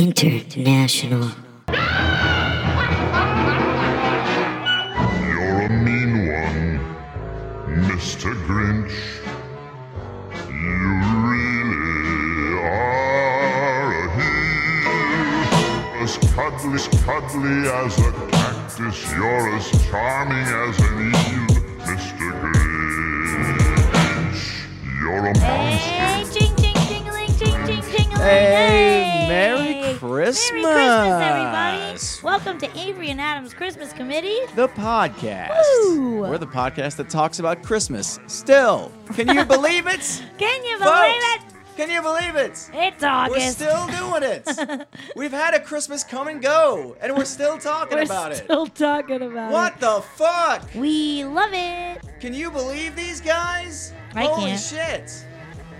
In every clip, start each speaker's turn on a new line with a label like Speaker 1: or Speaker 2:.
Speaker 1: International.
Speaker 2: You're a mean one, Mr. Grinch. You really are a heel. As cuddly, cuddly as a cactus, you're as charming as an eel, Mr. Grinch. You're a monster.
Speaker 3: Hey, jing, jing, jingling, jing, jing, jingling.
Speaker 4: Hey, Merry Christmas.
Speaker 3: Merry Christmas, everybody. Welcome to Avery and Adam's Christmas Committee.
Speaker 4: The podcast.
Speaker 3: Woo.
Speaker 4: We're the podcast that talks about Christmas. Still, can you believe it?
Speaker 3: Can you believe
Speaker 4: Folks,
Speaker 3: it?
Speaker 4: can you believe it?
Speaker 3: It's
Speaker 4: We're
Speaker 3: August.
Speaker 4: still doing it. We've had a Christmas come and go, and we're still talking
Speaker 3: We're
Speaker 4: about it.
Speaker 3: still talking about
Speaker 4: What the fuck?
Speaker 3: it. We love it.
Speaker 4: Can you believe these guys?
Speaker 3: I
Speaker 4: Holy
Speaker 3: can't.
Speaker 4: shit.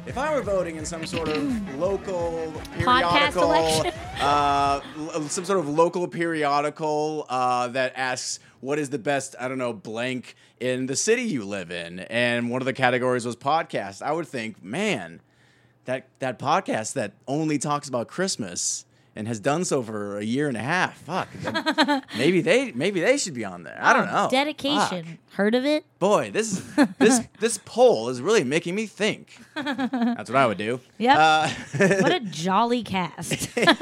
Speaker 4: If I were voting in some sort of local
Speaker 3: Podcast
Speaker 4: periodical,
Speaker 3: election.
Speaker 4: uh, l- some sort of local periodical uh, that asks what is the best, I don't know, blank in the city you live in, and one of the categories was podcast, I would think, man, that that podcast that only talks about Christmas and has done so for a year and a half, fuck, maybe they maybe they should be on there. I don't know.
Speaker 3: Oh, Dedication.
Speaker 4: Fuck
Speaker 3: Heard of it?
Speaker 4: boy, this is this this poll is really making me think. That's what I would do.
Speaker 3: Yep.
Speaker 4: Uh,
Speaker 3: What a jolly cast. uh,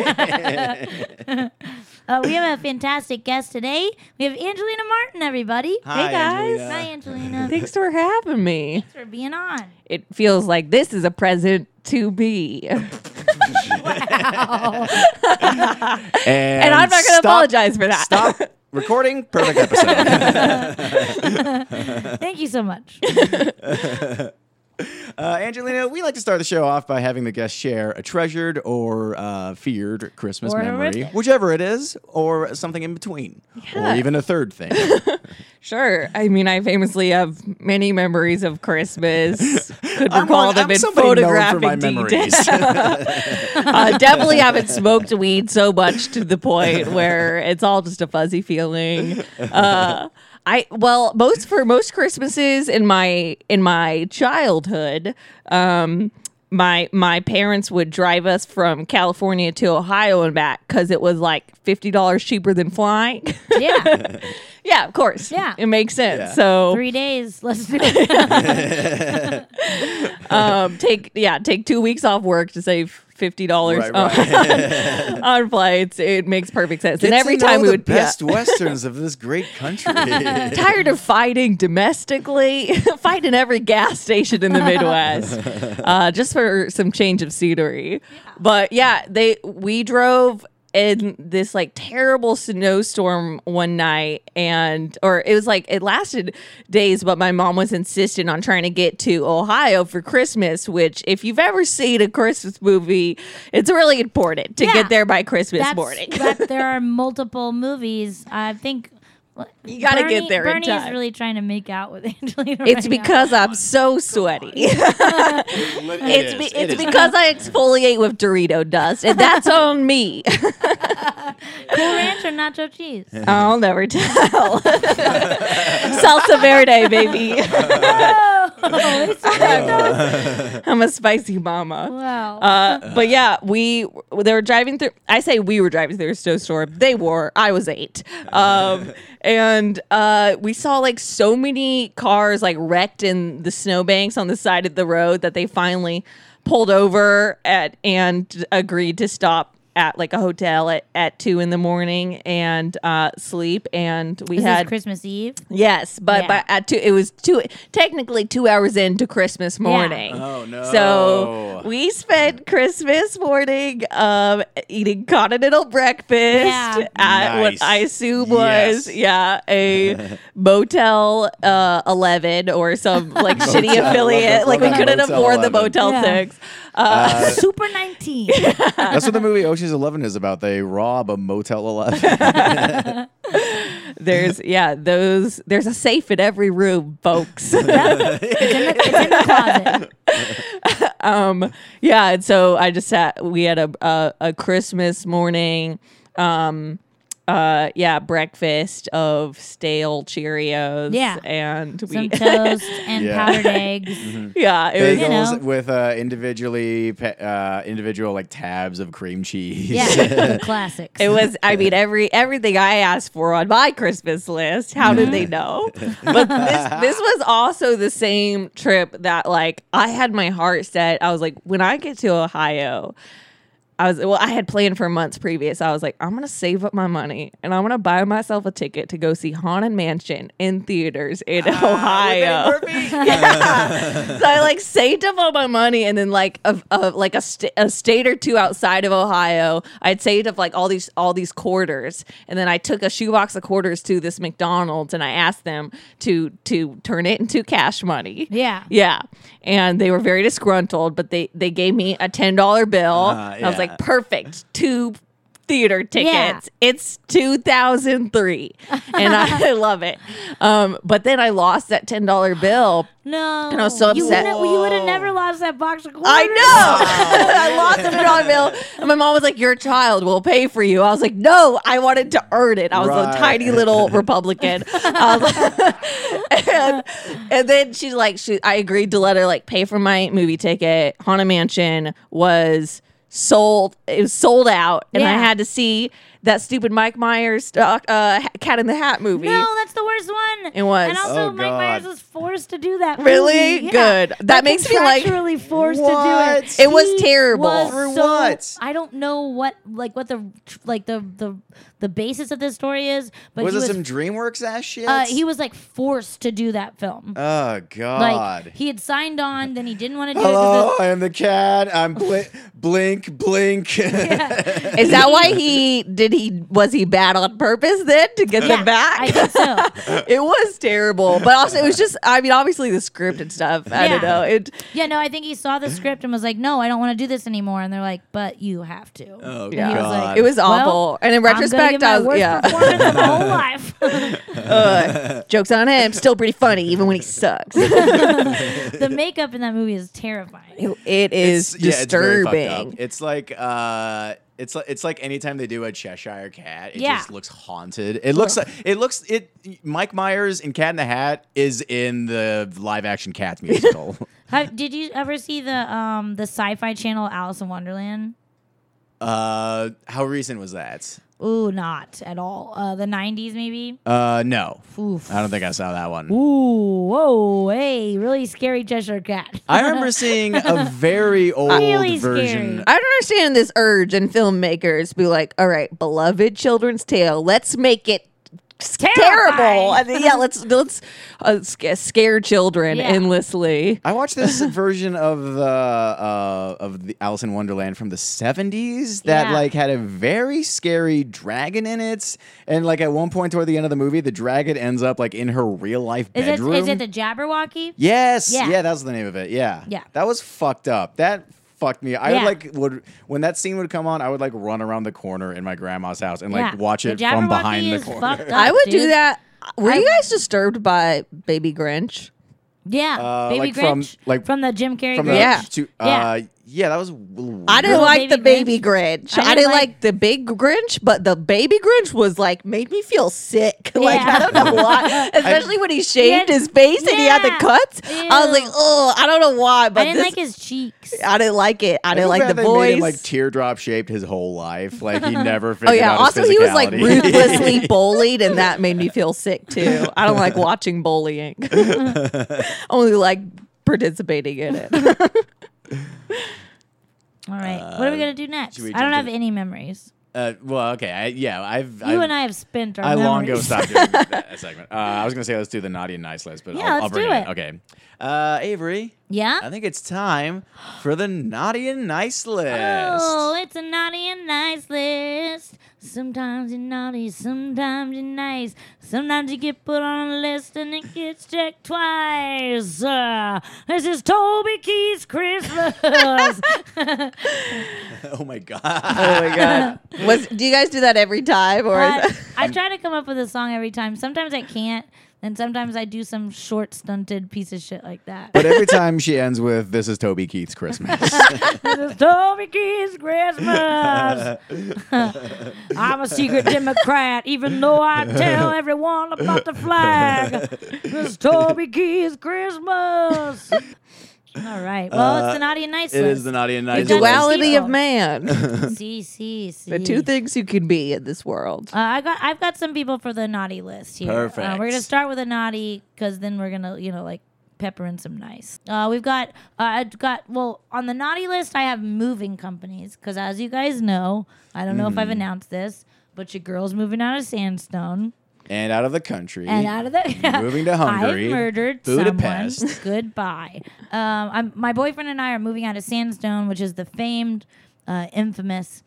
Speaker 3: we have a fantastic guest today. We have Angelina Martin, everybody.
Speaker 4: Hi,
Speaker 5: Hey, guys.
Speaker 4: Angelina.
Speaker 3: Hi, Angelina. Thanks
Speaker 5: Thanks for having me.
Speaker 3: for being on.
Speaker 5: It feels like this is a present to be.
Speaker 4: And,
Speaker 5: And I'm not going
Speaker 4: stop-
Speaker 5: to apologize for that.
Speaker 4: Stop recording. Perfect episode.
Speaker 3: Thank you so much.
Speaker 4: uh, Angelina, we like to start the show off by having the guest share a treasured or uh, feared Christmas
Speaker 3: Or
Speaker 4: memory,
Speaker 3: horrific.
Speaker 4: whichever it is, or something in between, or even a third thing.
Speaker 5: Sure. I mean, I famously have many memories of Christmas. Could
Speaker 4: I'm
Speaker 5: recall
Speaker 4: on-
Speaker 5: them
Speaker 4: I'm
Speaker 5: in
Speaker 4: somebody known for
Speaker 5: photographic
Speaker 4: my
Speaker 5: detail.
Speaker 4: memories.
Speaker 5: I Uh, definitely haven't smoked weed so much to the point where it's all just a fuzzy feeling. Uh, I well, most for most Christmases in my in my childhood, um, my my parents would drive us from California to Ohio and back because it was like fifty dollars cheaper than flying.
Speaker 3: Yeah.
Speaker 5: yeah, of course.
Speaker 3: Yeah.
Speaker 5: it makes sense.
Speaker 4: Yeah.
Speaker 5: So
Speaker 3: Three days. Let's do it.
Speaker 5: um, take yeah, take two weeks off work to save fifty dollars
Speaker 4: Right, right.
Speaker 5: on, on flights. It makes perfect sense.
Speaker 4: Get
Speaker 5: and
Speaker 4: to
Speaker 5: every
Speaker 4: know
Speaker 5: time we
Speaker 4: the
Speaker 5: would
Speaker 4: best westerns of this great country.
Speaker 5: yeah, tired of fighting domestically, fighting every gas station in the Midwest, uh, just for some change of scenery. But yeah, they we drove in this like terrible snowstorm one night and or it was like it lasted days but my mom was insistent on trying to get to ohio for christmas which if you've ever seen a christmas movie it's really important to
Speaker 3: Yeah.
Speaker 5: get there by christmas
Speaker 3: That's,
Speaker 5: morning
Speaker 3: that there are multiple movies. I think
Speaker 5: you got to
Speaker 3: Bernie-
Speaker 5: get there
Speaker 3: Bernie
Speaker 5: in
Speaker 3: is
Speaker 5: time
Speaker 3: really trying to make out with Angelina.
Speaker 5: It's
Speaker 3: right now.
Speaker 5: because I'm so sweaty. it's be, it's because I exfoliate with Dorito dust, and that's on me.
Speaker 3: Cool Ranch or nacho cheese.
Speaker 5: I'll never tell. Salsa verde, baby.
Speaker 3: oh, they swear those.
Speaker 5: I'm a spicy mama.
Speaker 3: Wow.
Speaker 5: Uh, but yeah, we they were driving through. I say we were driving through a snowstorm. They were. I was eight, um, and uh, we saw like so many cars like wrecked in the snowbanks on the side of the road that they finally pulled over at and agreed to stop at like a hotel at, at two in the morning and uh, sleep. And we
Speaker 3: this
Speaker 5: had
Speaker 3: is Christmas Eve.
Speaker 5: Yes, but
Speaker 3: Yeah.
Speaker 5: but at two, it was two technically two hours into Christmas morning.
Speaker 4: Oh, no. Oh.
Speaker 5: So we spent Christmas morning um, eating continental breakfast
Speaker 3: Yeah.
Speaker 5: at
Speaker 4: Nice.
Speaker 5: what I assume was
Speaker 4: Yes.
Speaker 5: yeah a Motel uh, Eleven or some like shitty
Speaker 4: Motel
Speaker 5: affiliate.
Speaker 4: 11,
Speaker 5: Like we
Speaker 4: Motel
Speaker 5: couldn't afford the
Speaker 4: 11.
Speaker 5: Motel
Speaker 3: Yeah.
Speaker 5: Six. Uh,
Speaker 3: Super 19.
Speaker 4: That's what the movie Ocean's Eleven is about. They rob a Motel Eleven.
Speaker 5: There's yeah those. There's a safe in every room, folks.
Speaker 3: it's in the closet.
Speaker 5: um yeah and so i just sat we had a a, a christmas morning um uh yeah breakfast of stale Cheerios.
Speaker 3: Yeah.
Speaker 5: and we
Speaker 3: Some toast and
Speaker 4: Yeah.
Speaker 3: powdered eggs.
Speaker 5: yeah it was
Speaker 4: Bagels
Speaker 3: You know.
Speaker 4: with uh, individually pe- uh, individual like tabs of cream cheese.
Speaker 3: Yeah, the classics.
Speaker 5: It was. I mean, every everything I asked for on my Christmas list. How did they know? But this this was also the same trip that like I had my heart set. I was like, when I get to Ohio. I was well. I had planned for months previous. I was like, I'm gonna save up my money and I'm gonna buy myself a ticket to go see Haunted Mansion in theaters in Ohio. so I like saved up all my money, and then like of of like a, st- a state or two outside of Ohio, I'd saved up like all these all these quarters, and then I took a shoebox of quarters to this McDonald's, and I asked them to to turn it into cash money.
Speaker 3: Yeah.
Speaker 5: yeah, and they were very disgruntled, but they they gave me a ten dollar bill.
Speaker 4: Uh,
Speaker 5: I was
Speaker 4: yeah.
Speaker 5: like, perfect, two theater tickets.
Speaker 3: Yeah.
Speaker 5: It's 2003, and I love it. Um, but then I lost that ten dollar bill.
Speaker 3: no.
Speaker 5: I was so
Speaker 3: You
Speaker 5: upset.
Speaker 3: would've- You would have never lost that box of quarters.
Speaker 5: I know. I lost the dollar bill. And my mom was like, Your child will pay for you. I was like, No, I wanted to earn it. I was
Speaker 4: Right.
Speaker 5: a tiny little Republican. I was like- and, and then she's like, she, I agreed to let her like pay for my movie ticket. Haunted Mansion was sold it was sold out and i
Speaker 3: Yeah.
Speaker 5: had to see that stupid mike myers uh, uh, cat in the hat movie
Speaker 3: No, that's the worst one.
Speaker 5: It was.
Speaker 3: And also,
Speaker 4: Oh,
Speaker 3: Mike
Speaker 4: God.
Speaker 3: Myers was forced to do that.
Speaker 5: Really?
Speaker 3: movie. Yeah.
Speaker 5: Good. That
Speaker 3: Like,
Speaker 5: makes me like-
Speaker 3: contractually forced to
Speaker 4: What?
Speaker 3: do it.
Speaker 5: It was
Speaker 3: He
Speaker 5: terrible.
Speaker 3: was
Speaker 4: For
Speaker 3: so-
Speaker 4: what?
Speaker 3: I don't know what like what the like the the the basis of this story is, but
Speaker 4: Was
Speaker 3: he
Speaker 4: it
Speaker 3: was
Speaker 4: some DreamWorks ass shit?
Speaker 3: uh, he was like forced to do that film.
Speaker 4: oh
Speaker 3: like
Speaker 4: God.
Speaker 3: he had signed on, then he didn't want to do it. 'cause
Speaker 4: Hello,
Speaker 3: the-
Speaker 4: I am the cat. I'm bl- blink, blink.
Speaker 5: is that why he did he was he bad on purpose then to get
Speaker 3: Yeah,
Speaker 5: them back
Speaker 3: I think so.
Speaker 5: it was terrible, but also it was just. I mean, obviously the script and stuff. I don't
Speaker 3: Yeah.
Speaker 5: know. It
Speaker 3: Yeah, no, I think he saw the script and was like, "No, I don't want to do this anymore." And they're like, "But you have to."
Speaker 4: oh
Speaker 5: yeah,
Speaker 3: was like,
Speaker 5: it was
Speaker 3: Well,
Speaker 5: awful. and in
Speaker 3: I'm
Speaker 5: retrospect, I
Speaker 3: gonna give my
Speaker 5: was
Speaker 3: worst
Speaker 5: yeah.
Speaker 3: performance of my whole life.
Speaker 5: Ugh. jokes on him. Still pretty funny, even when he sucks.
Speaker 3: the makeup in that movie is terrifying.
Speaker 5: it is
Speaker 4: yeah, it's very fucked up.
Speaker 5: disturbing.
Speaker 4: It's, like uh, it's like it's like anytime they do a Cheshire Cat, it
Speaker 3: Yeah.
Speaker 4: just looks haunted. It looks like it looks it. Mike Myers in Cat in the Hat is in the live action Cats musical.
Speaker 3: Have, did you ever see the um the Sci-Fi Channel Alice in Wonderland?
Speaker 4: uh, how recent was that?
Speaker 3: Ooh, not at all. Uh, the '90s maybe.
Speaker 4: Uh, no,
Speaker 3: Oof.
Speaker 4: I don't think I saw that one.
Speaker 3: Ooh, whoa, hey, really scary Cheshire Cat.
Speaker 4: I remember seeing a very old
Speaker 3: Really
Speaker 4: version.
Speaker 3: scary.
Speaker 5: I don't understand this urge in filmmakers to be like, all right, beloved children's tale, let's make it s-
Speaker 3: Terrifying.
Speaker 5: terrible. I mean, yeah, let's let's uh, sca- scare children
Speaker 3: Yeah.
Speaker 5: endlessly.
Speaker 4: I watched this version of the uh, of the Alice in Wonderland from the '70s that
Speaker 3: Yeah.
Speaker 4: like had a very scary dragon in it, and like at one point toward the end of the movie, the dragon ends up like in her real life
Speaker 3: is it
Speaker 4: bedroom.
Speaker 3: is it the Jabberwocky?
Speaker 4: yes, yeah.
Speaker 3: Yeah.
Speaker 4: that was the name of it. Yeah,
Speaker 3: Yeah.
Speaker 4: that was fucked up. That fucked me. I
Speaker 3: Yeah.
Speaker 4: like would when that scene would come on, I would like run around the corner in my grandma's house and like watch
Speaker 3: The
Speaker 4: it from
Speaker 3: Jabberwocky
Speaker 4: behind the
Speaker 3: is
Speaker 4: corner.
Speaker 3: fucked up,
Speaker 5: I would do
Speaker 3: dude.
Speaker 5: that. Were you guys disturbed by Baby Grinch?
Speaker 3: Yeah,
Speaker 4: Uh,
Speaker 3: Baby
Speaker 4: like
Speaker 3: Grinch
Speaker 4: from- like-
Speaker 3: from the Jim Carrey.
Speaker 4: From
Speaker 3: Grinch.
Speaker 4: the
Speaker 5: Yeah.
Speaker 4: to, uh, yeah,
Speaker 3: Yeah.
Speaker 4: that was. a little
Speaker 5: I
Speaker 4: weird.
Speaker 5: didn't like
Speaker 3: Baby
Speaker 5: the baby Grinch. I didn't, like, the big Grinch, but the baby Grinch was like made me feel sick. Like
Speaker 3: Yeah.
Speaker 5: I don't know why, especially when he shaved
Speaker 3: Yeah.
Speaker 5: his face and he had the
Speaker 3: Yeah.
Speaker 5: cuts. I was like,
Speaker 3: Ew.
Speaker 5: oh, I don't know why, but
Speaker 3: I didn't
Speaker 5: this-
Speaker 3: like his cheeks.
Speaker 5: I didn't like it. I
Speaker 4: I
Speaker 5: didn't
Speaker 4: feel
Speaker 5: like
Speaker 4: bad
Speaker 5: the
Speaker 4: they made him,
Speaker 5: voice.
Speaker 4: like teardrop shaped his whole life. Like he never figured
Speaker 5: Oh yeah.
Speaker 4: out his
Speaker 5: Also, he was like
Speaker 4: physicality.
Speaker 5: ruthlessly bullied, and that made me feel sick too. I don't like watching bullying. Only like participating in it.
Speaker 3: All right, what are we gonna do next?
Speaker 4: should we
Speaker 3: I don't
Speaker 4: jump
Speaker 3: have
Speaker 4: to-
Speaker 3: any memories.
Speaker 4: uh, well, okay, I, yeah, I've
Speaker 3: You and I have spent our
Speaker 4: I long ago
Speaker 3: memories.
Speaker 4: stopped doing that segment. Uh, I was gonna say let's do the naughty and nice list, but
Speaker 3: Yeah,
Speaker 4: I'll,
Speaker 3: let's
Speaker 4: I'll bring
Speaker 3: do
Speaker 4: it. in.
Speaker 3: it.
Speaker 4: Okay, uh, Avery,
Speaker 3: Yeah.
Speaker 4: I think it's time for the naughty and nice list.
Speaker 3: Oh, it's a naughty and nice list. Sometimes you're naughty, sometimes you're nice. Sometimes you get put on a list and it gets checked twice. Uh, this is Toby Keith's Christmas.
Speaker 4: Oh my god!
Speaker 5: Oh my god. Was do you guys do that every time or?
Speaker 3: Uh,
Speaker 5: is
Speaker 3: I try to come up with a song every time. Sometimes I can't, and sometimes I do some short, stunted piece of shit like that.
Speaker 4: But every time she ends with "This is Toby Keith's Christmas,"
Speaker 3: This is Toby Keith's Christmas. I'm a secret Democrat, even though I tell everyone about the flag. This is Toby Keith's Christmas. All right. Well, it's the naughty and nice
Speaker 4: Uh, it
Speaker 3: list.
Speaker 4: is the naughty and nice.
Speaker 3: done
Speaker 4: list.
Speaker 3: well.
Speaker 5: Duality of man.
Speaker 3: See, see, see.
Speaker 5: the two things you can be in this world.
Speaker 3: Uh, I got I've got some people for the naughty list here. Uh,
Speaker 4: Perfect.
Speaker 3: we're gonna start with a naughty because then we're gonna you know like pepper in some nice. Uh, we've got uh, I've got well on the naughty list I have moving companies because as you guys know I don't know if I've announced this but your girl's moving out of Sandstone
Speaker 4: and out of the country.
Speaker 3: and out of the
Speaker 4: Moving to Hungary,
Speaker 3: I murdered
Speaker 4: Budapest.
Speaker 3: someone. Goodbye. Um, I'm, my boyfriend and I are moving out of Sandstone, which is the famed, uh, infamous.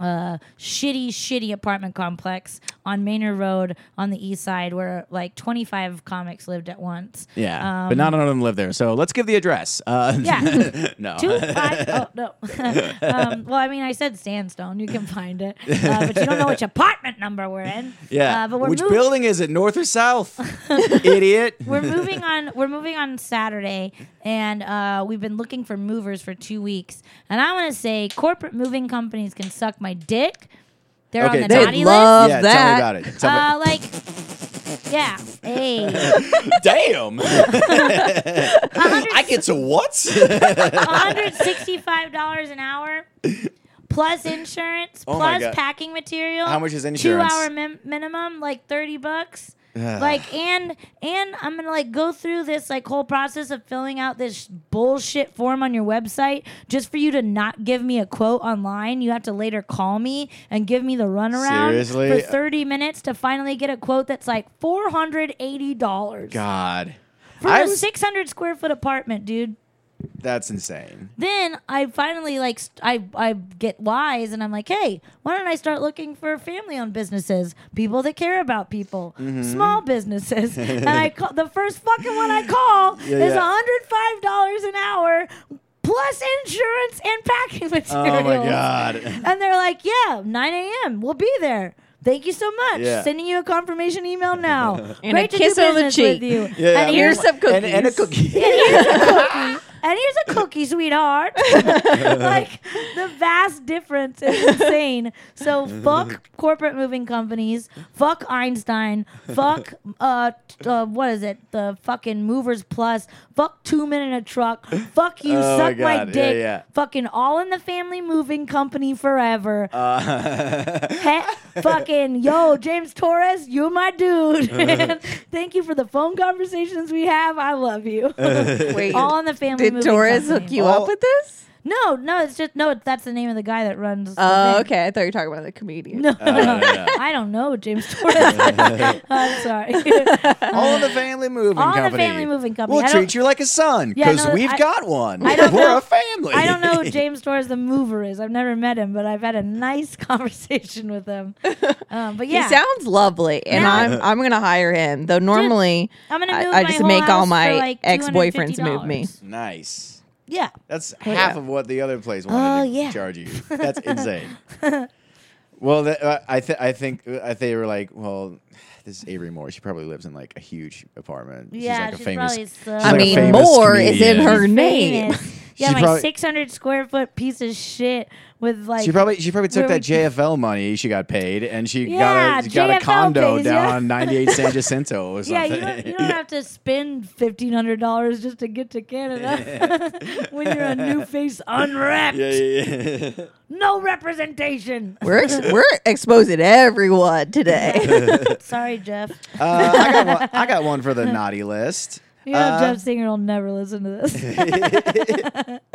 Speaker 3: Uh, shitty, shitty apartment complex on Manor Road on the east side where like 25 comics lived at once.
Speaker 4: yeah,
Speaker 3: Um,
Speaker 4: but not none of them live there. So let's give the address. Uh,
Speaker 3: Yeah.
Speaker 4: no.
Speaker 3: Two, five, oh, no. um, well, I mean, I said Sandstone. You can find it. Uh, but you don't know which apartment number we're in.
Speaker 4: Yeah.
Speaker 3: Uh, but we're
Speaker 4: Which
Speaker 3: moving.
Speaker 4: building is it? North or south? Idiot.
Speaker 3: we're moving on we're moving on saturday and uh, we've been looking for movers for two weeks and i want to say corporate moving companies can suck my dick they're
Speaker 4: Okay,
Speaker 3: on the
Speaker 4: they
Speaker 3: naughty
Speaker 5: love-
Speaker 3: list
Speaker 4: yeah,
Speaker 5: Of that.
Speaker 4: tell me about it. Tell me-
Speaker 3: uh, like yeah hey
Speaker 4: Damn. I get to what?
Speaker 3: $165 an hour plus insurance
Speaker 4: Oh my
Speaker 3: plus
Speaker 4: God.
Speaker 3: packing material
Speaker 4: How much is
Speaker 3: two
Speaker 4: insurance?
Speaker 3: hour min- minimum like 30 bucks like and and i'm gonna like go through this like whole process of filling out this bullshit form on your website just for you to not give me a quote online you have to later call me and give me the runaround
Speaker 4: Seriously?
Speaker 3: for 30 minutes to finally get a quote that's like $480
Speaker 4: God.
Speaker 3: for
Speaker 4: I
Speaker 3: a
Speaker 4: was-
Speaker 3: 600 square foot apartment dude
Speaker 4: That's insane.
Speaker 3: then I finally like st- I I get wise and I'm like, hey, why don't I start looking for family-owned businesses, people that care about people,
Speaker 4: Mm-hmm.
Speaker 3: small businesses? and I call the first fucking one I call
Speaker 4: Yeah,
Speaker 3: is
Speaker 4: yeah.
Speaker 3: $105 an hour plus insurance and packing materials.
Speaker 4: Oh my God.
Speaker 3: And they're like, yeah, 9 a.m. We'll be there. Thank you so much.
Speaker 4: Yeah.
Speaker 3: Sending you a confirmation email now.
Speaker 5: And a
Speaker 3: Great to
Speaker 5: kiss
Speaker 3: do
Speaker 5: on the
Speaker 3: business
Speaker 5: cheek.
Speaker 3: with you.
Speaker 4: Yeah,
Speaker 3: and
Speaker 5: Here's
Speaker 3: here's
Speaker 5: some cookies.
Speaker 4: And, and a cookie.
Speaker 3: and here's a cookie, sweetheart. like the vast difference is insane. So fuck corporate moving companies. Fuck Einstein. Fuck uh, t- uh what is it? The fucking Movers Plus. Fuck two men in a truck. Fuck you.
Speaker 4: Oh my
Speaker 3: suck my,
Speaker 4: God. Yeah,
Speaker 3: dick.
Speaker 4: yeah.
Speaker 3: Fucking all in the family moving company forever.
Speaker 4: Uh,
Speaker 3: He- fucking yo, James Torres, you're my dude.
Speaker 4: Uh-huh.
Speaker 3: Thank you for the phone conversations we have. I love you.
Speaker 4: Uh-huh.
Speaker 5: Wait,
Speaker 3: all in the family.
Speaker 5: did
Speaker 3: moving
Speaker 5: Torres
Speaker 3: company.
Speaker 5: hook you
Speaker 4: All-
Speaker 5: up with this?
Speaker 3: No, no, it's just no. That's the name of the guy that runs. the
Speaker 5: Oh,
Speaker 3: thing.
Speaker 5: okay. I thought you were talking about the comedian.
Speaker 3: No,
Speaker 4: no, no.
Speaker 3: I don't know James Torres. I'm sorry.
Speaker 4: all in the family moving
Speaker 3: All in the
Speaker 4: company.
Speaker 3: family moving company.
Speaker 4: We'll
Speaker 3: I
Speaker 4: treat
Speaker 3: don't-
Speaker 4: you like a son
Speaker 3: Yeah,
Speaker 4: because
Speaker 3: no,
Speaker 4: we've
Speaker 3: I-
Speaker 4: got one.
Speaker 3: I don't
Speaker 4: We're
Speaker 3: know-
Speaker 4: a family.
Speaker 3: I don't know who James Torres the mover is. I've never met him, but I've had a nice conversation with him. Um, but yeah,
Speaker 5: He sounds lovely, and
Speaker 3: Now-
Speaker 5: I'm I'm gonna hire him. Though normally,
Speaker 3: I'm gonna
Speaker 5: I-
Speaker 3: move
Speaker 5: I,
Speaker 3: my
Speaker 5: just
Speaker 3: whole
Speaker 5: make all
Speaker 3: house
Speaker 5: my
Speaker 3: for like
Speaker 5: ex-boyfriends move me.
Speaker 3: $250.
Speaker 4: nice.
Speaker 3: Yeah.
Speaker 4: That's half
Speaker 5: yeah.
Speaker 4: of what the other place wanted
Speaker 3: Oh,
Speaker 4: to
Speaker 3: yeah.
Speaker 4: charge you. That's insane. well, th- uh, I th- I think uh, they were like, well, this is Avery Moore. She probably lives in like a huge apartment.
Speaker 3: Yeah,
Speaker 4: she's like
Speaker 3: she's
Speaker 4: a famous.
Speaker 3: probably so-
Speaker 4: she's
Speaker 5: I
Speaker 4: like a
Speaker 5: mean,
Speaker 4: famous
Speaker 5: Moore is in
Speaker 4: comedian.
Speaker 5: her- name.
Speaker 3: Famous. Yeah,
Speaker 4: She
Speaker 3: my
Speaker 4: probably-
Speaker 3: 600 square foot piece of shit with like.
Speaker 4: She probably she probably took
Speaker 3: where we-
Speaker 4: that JFL money she got paid and she
Speaker 3: Yeah,
Speaker 4: got a got
Speaker 3: JFL
Speaker 4: a condo
Speaker 3: pays,
Speaker 4: down
Speaker 3: yeah.
Speaker 4: on 98 San Jacinto or
Speaker 3: Yeah,
Speaker 4: something.
Speaker 3: you don't, you don't have to spend fifteen hundred dollars just to get to Canada when you're a new face unwrapped,
Speaker 4: yeah, yeah, yeah.
Speaker 3: no representation.
Speaker 5: We're ex- we're exposing everyone today.
Speaker 3: Sorry, Jeff.
Speaker 4: Uh, I, got one, I got one for the naughty list.
Speaker 3: You know Jeff
Speaker 4: Uh,
Speaker 3: Singer will never listen to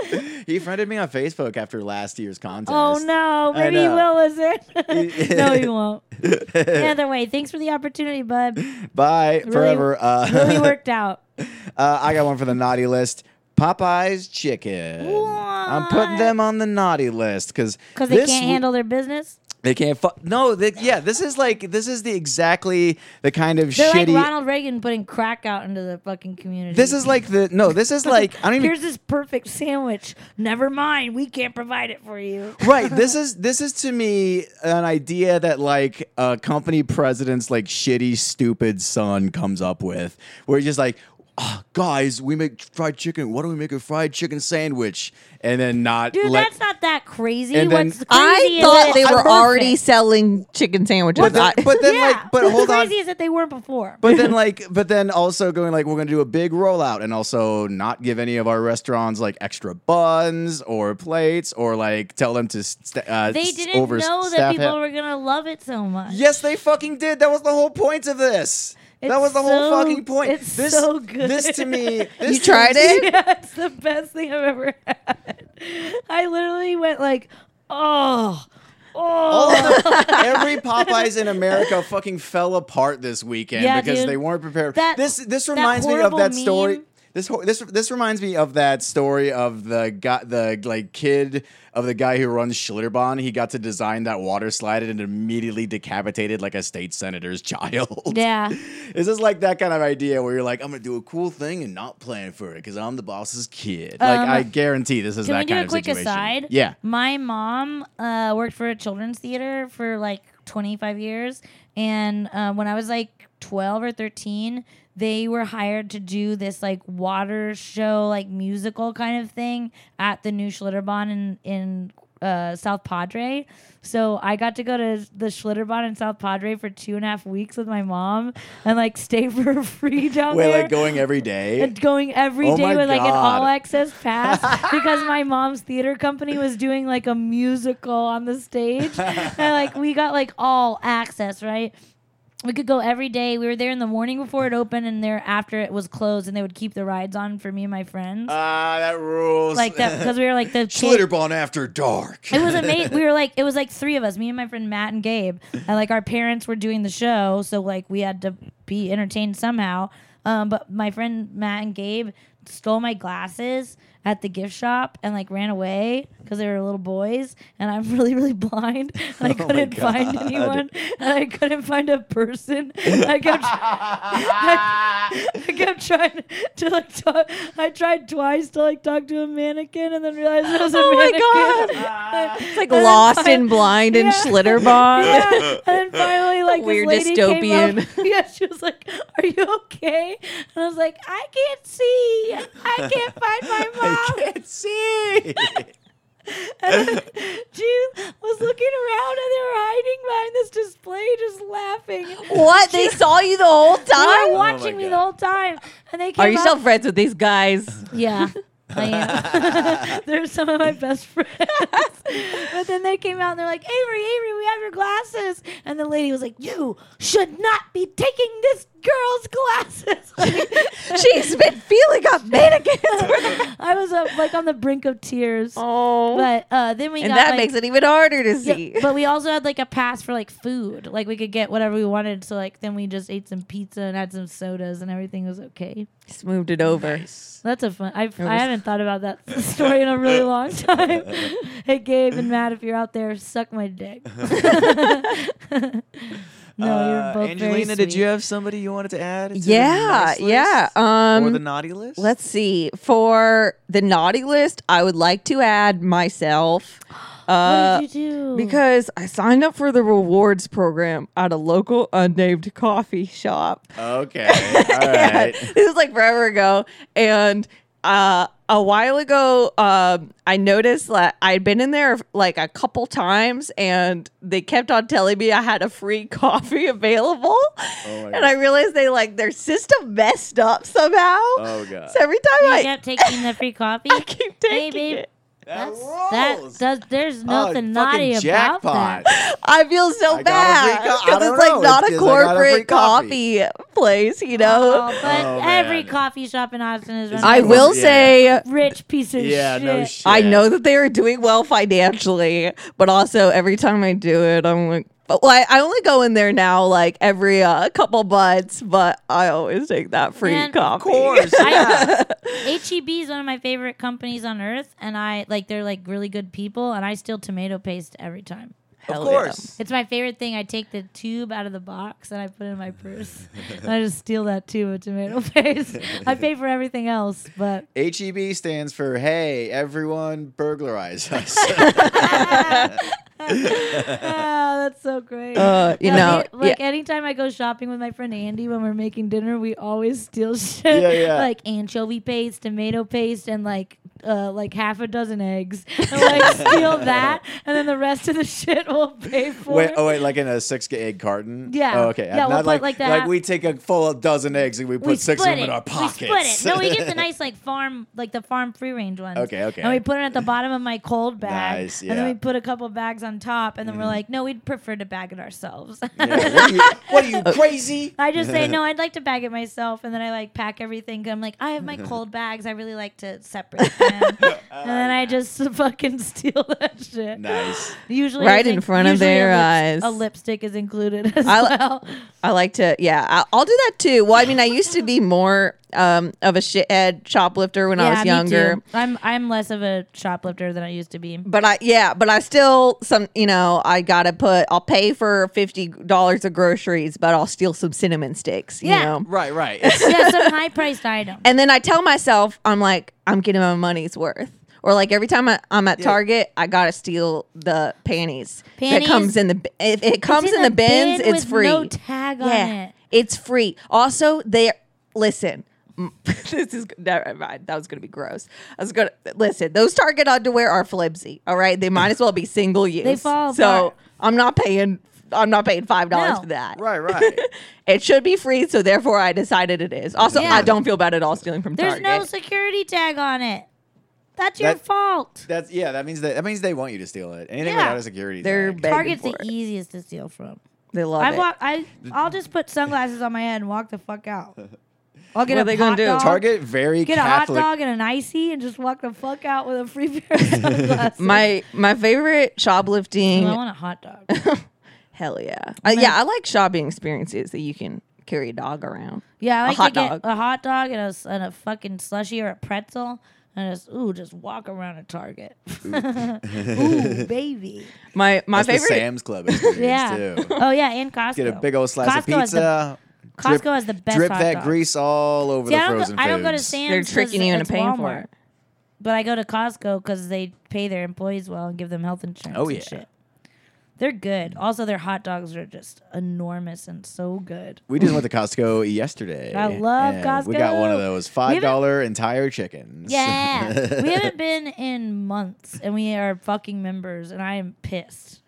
Speaker 3: this.
Speaker 4: he friended me on Facebook after last year's contest.
Speaker 3: oh no,
Speaker 4: I
Speaker 3: maybe he
Speaker 4: know.
Speaker 3: will listen. no, he won't. Either way, thanks for the opportunity, bud.
Speaker 4: Bye forever. Uh,
Speaker 3: Really worked out.
Speaker 4: Uh, I got one for the naughty list. Popeye's chicken. I'm putting
Speaker 3: What?
Speaker 4: them on the naughty list because
Speaker 3: Because they can't handle their business.
Speaker 4: They can't. Fu- no, they, yeah, this is like this is the exactly the kind of
Speaker 3: They're
Speaker 4: shitty.
Speaker 3: like Ronald Reagan putting crack out into the fucking community.
Speaker 4: this is like the no. This is like I don't even
Speaker 3: Here's this perfect sandwich. Never mind, we can't provide it for you.
Speaker 4: right this is this is to me an idea that like a company president's like shitty stupid son comes up with where he's just like "Ah, guys we make fried chicken why don't we make a fried chicken sandwich and then not
Speaker 3: Dude,
Speaker 4: let
Speaker 3: that's not that crazy.
Speaker 4: And then-
Speaker 3: What's crazy
Speaker 5: I
Speaker 3: is
Speaker 5: thought
Speaker 3: that
Speaker 5: they
Speaker 3: it's
Speaker 5: were
Speaker 3: perfect.
Speaker 5: already selling chicken sandwiches.
Speaker 4: but then,
Speaker 5: I-
Speaker 4: but then
Speaker 3: yeah.
Speaker 4: like but hold
Speaker 3: What's
Speaker 4: on
Speaker 3: crazy is that they weren't before.
Speaker 4: but then like but then also going like we're going to do a big rollout and also not give any of our restaurants like extra buns or plates or like tell them to st- uh,
Speaker 3: they
Speaker 4: s-
Speaker 3: didn't
Speaker 4: overstaff
Speaker 3: know that people
Speaker 4: it.
Speaker 3: were gonna love it so much.
Speaker 4: Yes, they fucking did. That was the whole point of this. that
Speaker 3: It's
Speaker 4: was the
Speaker 3: so-
Speaker 4: whole fucking point.
Speaker 3: it's
Speaker 4: this,
Speaker 3: so good.
Speaker 4: This to me. This
Speaker 5: you tried it?
Speaker 3: yeah, it's the best thing I've ever had. I literally went like, oh,
Speaker 4: All
Speaker 3: oh.
Speaker 4: of the- every Popeyes in America fucking fell apart this weekend
Speaker 3: Yeah,
Speaker 4: because
Speaker 3: dude.
Speaker 4: they weren't prepared.
Speaker 3: That-
Speaker 4: this this
Speaker 3: that
Speaker 4: reminds me of
Speaker 3: horrible
Speaker 4: that story.
Speaker 3: meme.
Speaker 4: This, ho- this this reminds me of that story of the guy the like kid of the guy who runs Schlitterbahn. He got to design that water slide and it immediately decapitated like a state senator's child.
Speaker 3: yeah.
Speaker 4: This is like that kind of idea where you're like, I'm gonna do a cool thing and not plan for it because I'm the boss's kid. like
Speaker 3: Um,
Speaker 4: I guarantee this is
Speaker 3: Can
Speaker 4: that
Speaker 3: we do
Speaker 4: kind
Speaker 3: a
Speaker 4: of
Speaker 3: quick
Speaker 4: situation.
Speaker 3: aside?
Speaker 4: Yeah.
Speaker 3: My mom uh, worked for a children's theater for like 25 years. And uh, when I was like 12 or 13, they were hired to do this like water show, like musical kind of thing at the new Schlitterbahn in, in uh, South Padre. So I got to go to the Schlitterbahn in South Padre for two and a half weeks with my mom and like stay for free down
Speaker 4: Wait,
Speaker 3: there
Speaker 4: like going every day.
Speaker 3: and going every
Speaker 4: Oh
Speaker 3: day
Speaker 4: my
Speaker 3: with like an
Speaker 4: God.
Speaker 3: all access pass because my mom's theater company was doing like a musical on the stage and like we got like all access right we could go every day we were there in the morning before it opened and there after it was closed and they would keep the rides on for me and my friends
Speaker 4: ah, that rules.
Speaker 3: like that because we were like the kid-
Speaker 4: Schlitterbahn after dark.
Speaker 3: it was amazing. We were like, it was like three of us, me and my friend Matt and Gabe, and like our parents were doing the show, so like we had to be entertained somehow. Um, but my friend Matt and Gabe stole my glasses at the gift shop and like ran away because they were little boys, and I'm really really blind, and I couldn't find anyone, and I couldn't find a person. I kept. I kept trying to like talk. I tried twice to like talk to a mannequin and then realized it was a
Speaker 5: Oh my
Speaker 3: mannequin.
Speaker 5: God. it's like lost and blind and
Speaker 3: Yeah.
Speaker 5: Schlitterbahn.
Speaker 3: Yeah. And then finally, like
Speaker 5: Weird
Speaker 3: this lady Came
Speaker 5: dystopian.
Speaker 3: up. Yeah, she was like, "Are you okay?" And I was like, "I can't see. I can't find my
Speaker 4: I
Speaker 3: mom."
Speaker 4: can't
Speaker 1: Oh,
Speaker 4: see.
Speaker 3: She was looking around, and they were hiding behind this display, just laughing.
Speaker 5: What? They saw you the whole
Speaker 3: They were
Speaker 5: time?
Speaker 3: watching me
Speaker 4: Oh God.
Speaker 3: the whole time, and they came.
Speaker 5: Are you
Speaker 3: up-
Speaker 5: still friends with these guys?
Speaker 3: Yeah. I am. they're some of my best friends. but then they came out and they're like, Avery, Avery, we have your glasses. And the lady was like, You should not be taking this girl's glasses. Like,
Speaker 5: She's been feeling up mannequins. for the-
Speaker 3: I was uh, like on the brink of tears.
Speaker 5: oh.
Speaker 3: But uh, then we
Speaker 5: and
Speaker 3: got
Speaker 5: that
Speaker 3: like,
Speaker 5: makes it even harder to
Speaker 3: yeah,
Speaker 5: see.
Speaker 3: but we also had like a pass for like food. Like we could get whatever we wanted. So like then we just ate some pizza and had some sodas and everything was okay.
Speaker 5: Just moved it over.
Speaker 3: That's a fun. I've, I
Speaker 5: was-
Speaker 3: haven't thought about that story in a really long time. hey, Gabe and Matt, if you're out there, suck my dick. no, Oh,
Speaker 5: Uh,
Speaker 3: you're both very
Speaker 1: Angelina, did
Speaker 3: sweet.
Speaker 1: you have somebody you wanted to add? to the
Speaker 5: Yeah,
Speaker 1: nice
Speaker 5: yeah.
Speaker 1: list?
Speaker 5: Um,
Speaker 1: or the naughty list?
Speaker 5: Let's see. For the naughty list, I would like to add myself. Uh,
Speaker 3: What did you do?
Speaker 5: because I signed up for the rewards program at a local unnamed coffee shop.
Speaker 4: Okay. All
Speaker 5: And
Speaker 4: right.
Speaker 5: this is like forever ago. And uh, a while ago, um, I noticed that I'd been in there like a couple times and they kept on telling me I had a free coffee available.
Speaker 4: Oh my
Speaker 5: and I realized they like their system messed up somehow.
Speaker 4: Oh, God.
Speaker 5: So every time
Speaker 3: You
Speaker 5: I,
Speaker 3: kept taking the free coffee.
Speaker 5: I keep taking
Speaker 3: Hey, babe.
Speaker 5: it,
Speaker 4: That
Speaker 3: That
Speaker 4: rules.
Speaker 3: does. There's
Speaker 4: Oh,
Speaker 3: nothing
Speaker 4: fucking
Speaker 3: naughty
Speaker 4: jackpot.
Speaker 3: about that.
Speaker 5: I feel so
Speaker 4: I got a free
Speaker 5: bad
Speaker 4: co- I
Speaker 5: because
Speaker 4: don't
Speaker 5: it's like
Speaker 4: know.
Speaker 5: not
Speaker 4: It's
Speaker 5: a
Speaker 4: 'cause I got a free
Speaker 5: corporate
Speaker 4: coffee.
Speaker 5: coffee place, you know.
Speaker 3: Oh, but
Speaker 4: Oh,
Speaker 3: every
Speaker 4: man.
Speaker 3: coffee shop in Austin is run
Speaker 5: I
Speaker 3: by
Speaker 5: will
Speaker 4: Yeah.
Speaker 5: say
Speaker 3: rich piece of
Speaker 4: yeah.
Speaker 3: shit.
Speaker 4: No shit.
Speaker 5: I know that they are doing well financially, but also every time I do it, I'm like, But well, I, I only go in there now like every uh, couple months, but I always take that free
Speaker 3: Man, of
Speaker 5: coffee.
Speaker 4: Of course. Yeah.
Speaker 3: uh, HEB E is one of my favorite companies on earth, and I like they're like really good people, and I steal tomato paste every time.
Speaker 4: of
Speaker 5: Hell yeah.
Speaker 4: course.
Speaker 3: It's my favorite thing. I take the tube out of the box and I put it in my purse, and I just steal that tube of tomato paste. I pay for everything else, but
Speaker 4: HEB E stands for Hey, everyone, burglarize us.
Speaker 3: Ah, that's so great.
Speaker 5: Uh, you
Speaker 3: Yeah,
Speaker 5: know,
Speaker 3: we- like anytime I go shopping with my friend Andy when we're making dinner, we always steal shit.
Speaker 4: Yeah, yeah.
Speaker 3: Like anchovy paste, tomato paste, and like uh, like half a dozen eggs. And like steal that, and then the rest of the shit we'll pay for.
Speaker 4: wait, oh wait, like in a six egg carton?
Speaker 3: Yeah.
Speaker 4: Oh, okay.
Speaker 3: Yeah, we'll
Speaker 4: Not
Speaker 3: put
Speaker 4: like
Speaker 3: like the
Speaker 4: like
Speaker 3: half-
Speaker 4: we take a full dozen eggs and we put
Speaker 3: we
Speaker 4: six of
Speaker 3: split
Speaker 4: them in
Speaker 3: it.
Speaker 4: our pockets.
Speaker 3: We split it. No, we get the nice like farm, like the farm free range ones.
Speaker 4: Okay, okay.
Speaker 3: And we put it at the bottom of my cold bag,
Speaker 4: Nice,
Speaker 3: and then
Speaker 4: yeah. Mm-hmm.
Speaker 3: we put a couple bags on top, and then we're like, no, we'd prefer to bag it ourselves.
Speaker 4: Yeah, what, are you, what are you crazy?
Speaker 3: I just say no. I'd like to bag it myself, and then I like pack everything. 'cause I'm like, I have my cold bags. I really like to separate them, and then I just fucking steal that shit.
Speaker 4: Nice.
Speaker 3: Usually, I
Speaker 5: Right in
Speaker 3: think-
Speaker 5: front of
Speaker 3: usually
Speaker 5: their
Speaker 3: a
Speaker 5: eyes.
Speaker 3: A lipstick is included as
Speaker 5: I li-
Speaker 3: well.
Speaker 5: I like to, yeah, I, I'll do that too. Well, I mean, I used to be more um, of a shithead shoplifter when I was younger.
Speaker 3: I'm I'm less of a shoplifter than I used to be.
Speaker 5: But I, yeah, but I still, some, you know, I gotta put, I'll pay for $50 of groceries, but I'll steal some cinnamon sticks, you
Speaker 3: Yeah.
Speaker 5: know?
Speaker 4: Right, right. It's-
Speaker 3: yeah, some high priced item.
Speaker 5: And then I tell myself, I'm like, I'm getting my money's worth. Or like every time I, I'm at Target, I gotta steal the panties.
Speaker 3: Panties?
Speaker 5: That comes in the b- if it comes
Speaker 3: It's
Speaker 5: in, the, bins,
Speaker 3: bin
Speaker 5: it's
Speaker 3: with
Speaker 5: free.
Speaker 3: No tag on it.
Speaker 5: It's free. Also, they listen. m- this is never mind. That was gonna be gross. I was gonna listen. Those Target underwear are flimsy. All right, they might as well be single use.
Speaker 3: fall
Speaker 5: So
Speaker 3: apart.
Speaker 5: I'm not paying. I'm not paying five dollars
Speaker 3: No.
Speaker 5: for that.
Speaker 4: right, right.
Speaker 5: It should be free, so therefore I decided it is. Also,
Speaker 3: Yeah.
Speaker 5: I don't feel bad at all stealing from
Speaker 3: There's
Speaker 5: Target.
Speaker 3: no security tag on it. That's your
Speaker 4: That-
Speaker 3: fault.
Speaker 4: That's yeah, that means that that means they want you to steal it. Anything
Speaker 3: Yeah.
Speaker 4: without a security.
Speaker 5: They're
Speaker 4: tag.
Speaker 5: begging
Speaker 3: Target's the
Speaker 5: for it.
Speaker 3: easiest to steal from.
Speaker 5: They love
Speaker 3: I
Speaker 5: it.
Speaker 3: walk. I I'll just put sunglasses on my head and walk the fuck out. I'll get
Speaker 5: What
Speaker 3: a
Speaker 5: are they
Speaker 3: hot
Speaker 5: gonna do?
Speaker 3: Dog,
Speaker 4: Target very
Speaker 3: Get a hot
Speaker 4: Catholic.
Speaker 3: dog and an icy and just walk the fuck out with a free pair of sunglasses.
Speaker 5: my my favorite shoplifting.
Speaker 3: I want a hot dog.
Speaker 5: Hell yeah, Uh, yeah. I like shopping experiences that you can carry a dog around.
Speaker 3: Yeah, I
Speaker 5: A
Speaker 3: like
Speaker 5: hot
Speaker 3: to get
Speaker 5: dog.
Speaker 3: a hot dog and a, s- and a fucking slushy or a pretzel and just ooh, just walk around a Target. ooh, baby.
Speaker 5: My my
Speaker 4: That's the
Speaker 5: favorite.
Speaker 4: Sam's Club experience
Speaker 3: Yeah.
Speaker 4: too.
Speaker 3: Oh yeah, and Costco.
Speaker 4: Get a big old slice
Speaker 3: Costco
Speaker 4: of
Speaker 3: Has the
Speaker 4: pizza.
Speaker 3: Costco
Speaker 4: drip,
Speaker 3: has the best
Speaker 4: Drip
Speaker 3: hot
Speaker 4: that
Speaker 3: dogs.
Speaker 4: grease all over
Speaker 3: See,
Speaker 4: the
Speaker 3: I don't, go,
Speaker 4: frozen
Speaker 3: I don't go to
Speaker 4: foods.
Speaker 3: Sam's.
Speaker 5: They're
Speaker 3: 'cause
Speaker 5: tricking you into
Speaker 3: it's
Speaker 5: paying for
Speaker 3: Walmart.
Speaker 5: it.
Speaker 3: But I go to Costco because they pay their employees well and give them health insurance.
Speaker 4: Oh,
Speaker 3: and
Speaker 4: yeah.
Speaker 3: shit. They're good. Also, their hot dogs are just enormous and so good.
Speaker 4: We just went to Costco yesterday.
Speaker 3: I love
Speaker 4: and We got one of
Speaker 3: Costco.
Speaker 4: those
Speaker 3: We
Speaker 4: five
Speaker 3: haven't-
Speaker 4: dollar entire chickens.
Speaker 3: Yeah, we haven't been in months, and we are fucking members, and I am pissed.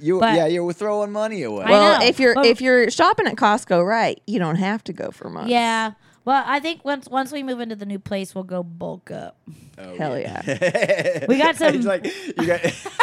Speaker 4: you
Speaker 3: but-
Speaker 4: yeah, you were throwing money away.
Speaker 3: I
Speaker 5: well,
Speaker 3: know,
Speaker 5: if you're
Speaker 3: but-
Speaker 5: if you're shopping at Costco, right, you don't have to go for months.
Speaker 3: Yeah. Well, I think once once we move into the new place, we'll go bulk up.
Speaker 5: Hell yeah.
Speaker 3: We got some-
Speaker 4: Oh, It's like you got.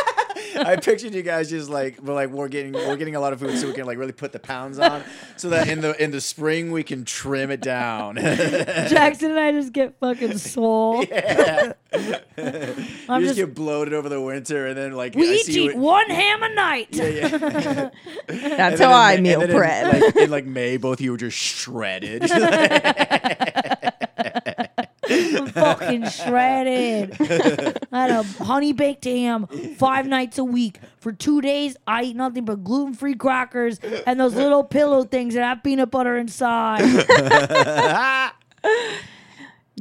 Speaker 4: I pictured you guys just like, but like we're getting we're getting a lot of food, so we can like really put the pounds on, so that in the in the spring we can trim it down.
Speaker 3: Jackson and I just get fucking soul. I'm
Speaker 4: you
Speaker 3: just,
Speaker 4: just, get bloated over the winter, and then like
Speaker 3: we
Speaker 4: I
Speaker 3: each
Speaker 4: see you
Speaker 3: eat
Speaker 4: at-
Speaker 3: one ham a night.
Speaker 4: And
Speaker 5: That's
Speaker 4: then
Speaker 5: how
Speaker 4: in
Speaker 5: I
Speaker 4: May-
Speaker 5: meal
Speaker 4: and then in,
Speaker 5: prep.
Speaker 4: like, in like May, both of you were just shredded.
Speaker 3: I'm fucking shredded. I had a honey baked ham five nights a week. For two days, I eat nothing but gluten free crackers and those little pillow things that have peanut butter inside.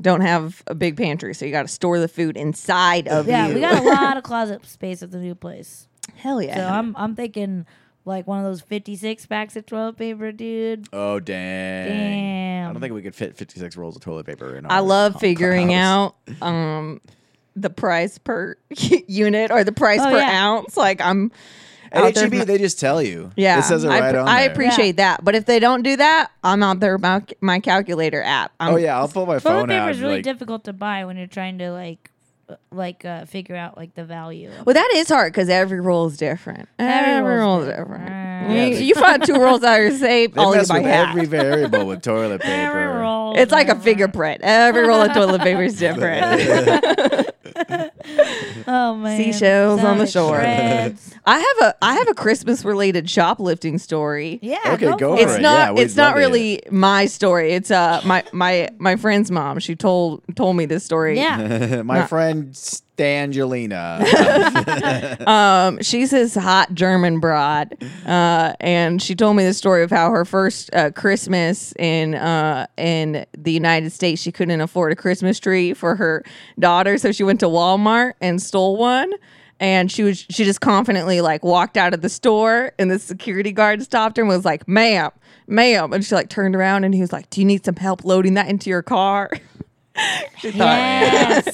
Speaker 5: don't have a big pantry, so you got to store the food inside of
Speaker 3: Yeah,
Speaker 5: you.
Speaker 3: we got a lot of closet space at the new place.
Speaker 5: Hell yeah.
Speaker 3: So I'm I'm thinking like one of those 56 packs of toilet paper, dude.
Speaker 4: oh dang! I
Speaker 1: Um,
Speaker 3: Damn.
Speaker 4: don't think we could fit fifty six rolls of toilet paper in.
Speaker 5: I
Speaker 4: our
Speaker 5: love
Speaker 4: ho-
Speaker 5: figuring
Speaker 4: house.
Speaker 5: out um the price per unit or the price
Speaker 3: Oh,
Speaker 5: per
Speaker 3: yeah.
Speaker 5: ounce. Like I'm out
Speaker 4: At
Speaker 5: there
Speaker 4: HEB,
Speaker 5: for-
Speaker 4: they just tell you.
Speaker 5: yeah,
Speaker 4: it says it
Speaker 5: I,
Speaker 4: right
Speaker 5: pr-
Speaker 4: on.
Speaker 5: I
Speaker 4: there.
Speaker 5: appreciate that. But if they don't do that, I'm out there with my, my calculator app. I'm,
Speaker 4: Oh yeah, I'll pull my
Speaker 3: Toilet
Speaker 4: phone out.
Speaker 3: paper is
Speaker 4: and,
Speaker 3: really
Speaker 4: like,
Speaker 3: difficult to buy when you're trying to like uh, like uh, figure out like the value.
Speaker 5: Well, that is hard because every rule is different. Every,
Speaker 3: Every
Speaker 5: rule
Speaker 3: roll's
Speaker 5: is
Speaker 3: different.
Speaker 5: different.
Speaker 3: there.
Speaker 5: You find two rolls out of your safe,
Speaker 4: They
Speaker 5: all you
Speaker 4: mess
Speaker 5: buy
Speaker 4: with
Speaker 5: half.
Speaker 4: every variable with toilet
Speaker 3: Every
Speaker 4: paper.
Speaker 3: roll.
Speaker 5: It's like a fingerprint. Every roll of toilet paper is different.
Speaker 3: Oh man.
Speaker 5: Seashells on the
Speaker 3: Sonic
Speaker 5: shore.
Speaker 3: shreds.
Speaker 5: I have a I have a Christmas related shoplifting story.
Speaker 3: Yeah.
Speaker 4: Okay, go
Speaker 3: for
Speaker 4: for
Speaker 5: It's
Speaker 4: Alright, yeah,
Speaker 5: not
Speaker 4: we'd
Speaker 5: it's not
Speaker 4: love to hear
Speaker 5: really my story. It's uh my my my friend's mom. She told told me this story.
Speaker 3: Yeah.
Speaker 4: My friend Stangelina.
Speaker 5: Um, she's this hot German broad, uh, and she told me the story of how her first uh, Christmas in uh, in the United States, she couldn't afford a Christmas tree for her daughter, so she went to Walmart and stole one. And she was she just confidently like walked out of the store, and the security guard stopped her and was like, "Ma'am, ma'am," and she like turned around and he was like, "Do you need some help loading that into your car?" she thought
Speaker 3: Yes.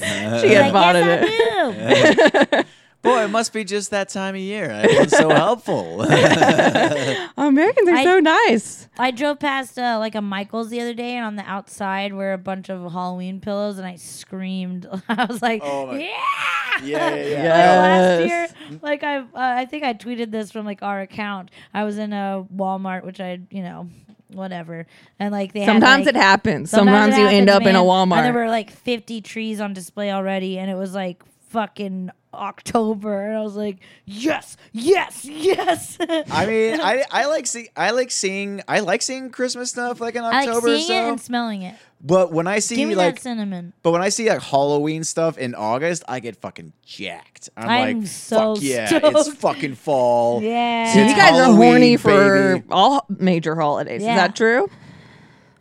Speaker 5: she had
Speaker 3: Like,
Speaker 5: bought it.
Speaker 3: yes, I do.
Speaker 1: Boy, it must be just that time of year. Everyone's so helpful.
Speaker 5: Americans are
Speaker 3: I-
Speaker 5: so nice.
Speaker 3: I drove past uh, like a Michael's the other day, and on the outside were a bunch of Halloween pillows, and I screamed. I was like,
Speaker 4: Oh, my-
Speaker 3: "Yeah!"
Speaker 4: yeah, yeah, yeah.
Speaker 3: Like last year,
Speaker 5: Yes.
Speaker 3: like I, uh, I think I tweeted this from like our account. I was in a Walmart, which I, you know, whatever, and like they.
Speaker 5: Sometimes
Speaker 3: had,
Speaker 5: it
Speaker 3: like,
Speaker 5: happens.
Speaker 3: sometimes
Speaker 5: Sometimes,
Speaker 3: it
Speaker 5: you end up
Speaker 3: happens,
Speaker 5: in a
Speaker 3: man.
Speaker 5: Walmart.
Speaker 3: And there were like fifty trees on display already, and it was like fucking October, and I was like, "Yes, yes, yes."
Speaker 4: I mean, I, I like see I like seeing I like seeing Christmas stuff like in
Speaker 3: I
Speaker 4: October
Speaker 3: like
Speaker 4: or
Speaker 3: seeing
Speaker 4: so.
Speaker 3: it and smelling it.
Speaker 4: but when I see
Speaker 3: Give me
Speaker 4: like
Speaker 3: that cinnamon.
Speaker 4: But when I see like Halloween stuff in August, I get fucking jacked. I'm,
Speaker 3: I'm
Speaker 4: like,
Speaker 3: so
Speaker 4: fuck yeah, it's
Speaker 3: stoked."
Speaker 4: fucking fall.
Speaker 3: Yeah.
Speaker 5: So
Speaker 4: It's
Speaker 5: you guys
Speaker 4: Halloween,
Speaker 5: are horny for
Speaker 4: baby.
Speaker 5: all major holidays.
Speaker 3: Yeah.
Speaker 5: Is that true?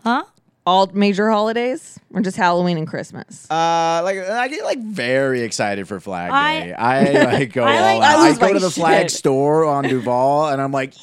Speaker 3: Huh?
Speaker 5: All major holidays, or just Halloween and Christmas?
Speaker 4: Uh, like I get like very excited for Flag
Speaker 3: I-
Speaker 4: Day. I, like go
Speaker 3: I,
Speaker 4: all
Speaker 3: like,
Speaker 4: out.
Speaker 5: I
Speaker 4: I,
Speaker 5: lose
Speaker 4: go
Speaker 5: my
Speaker 4: to the flag
Speaker 5: shit.
Speaker 4: store on Duval, and I'm like,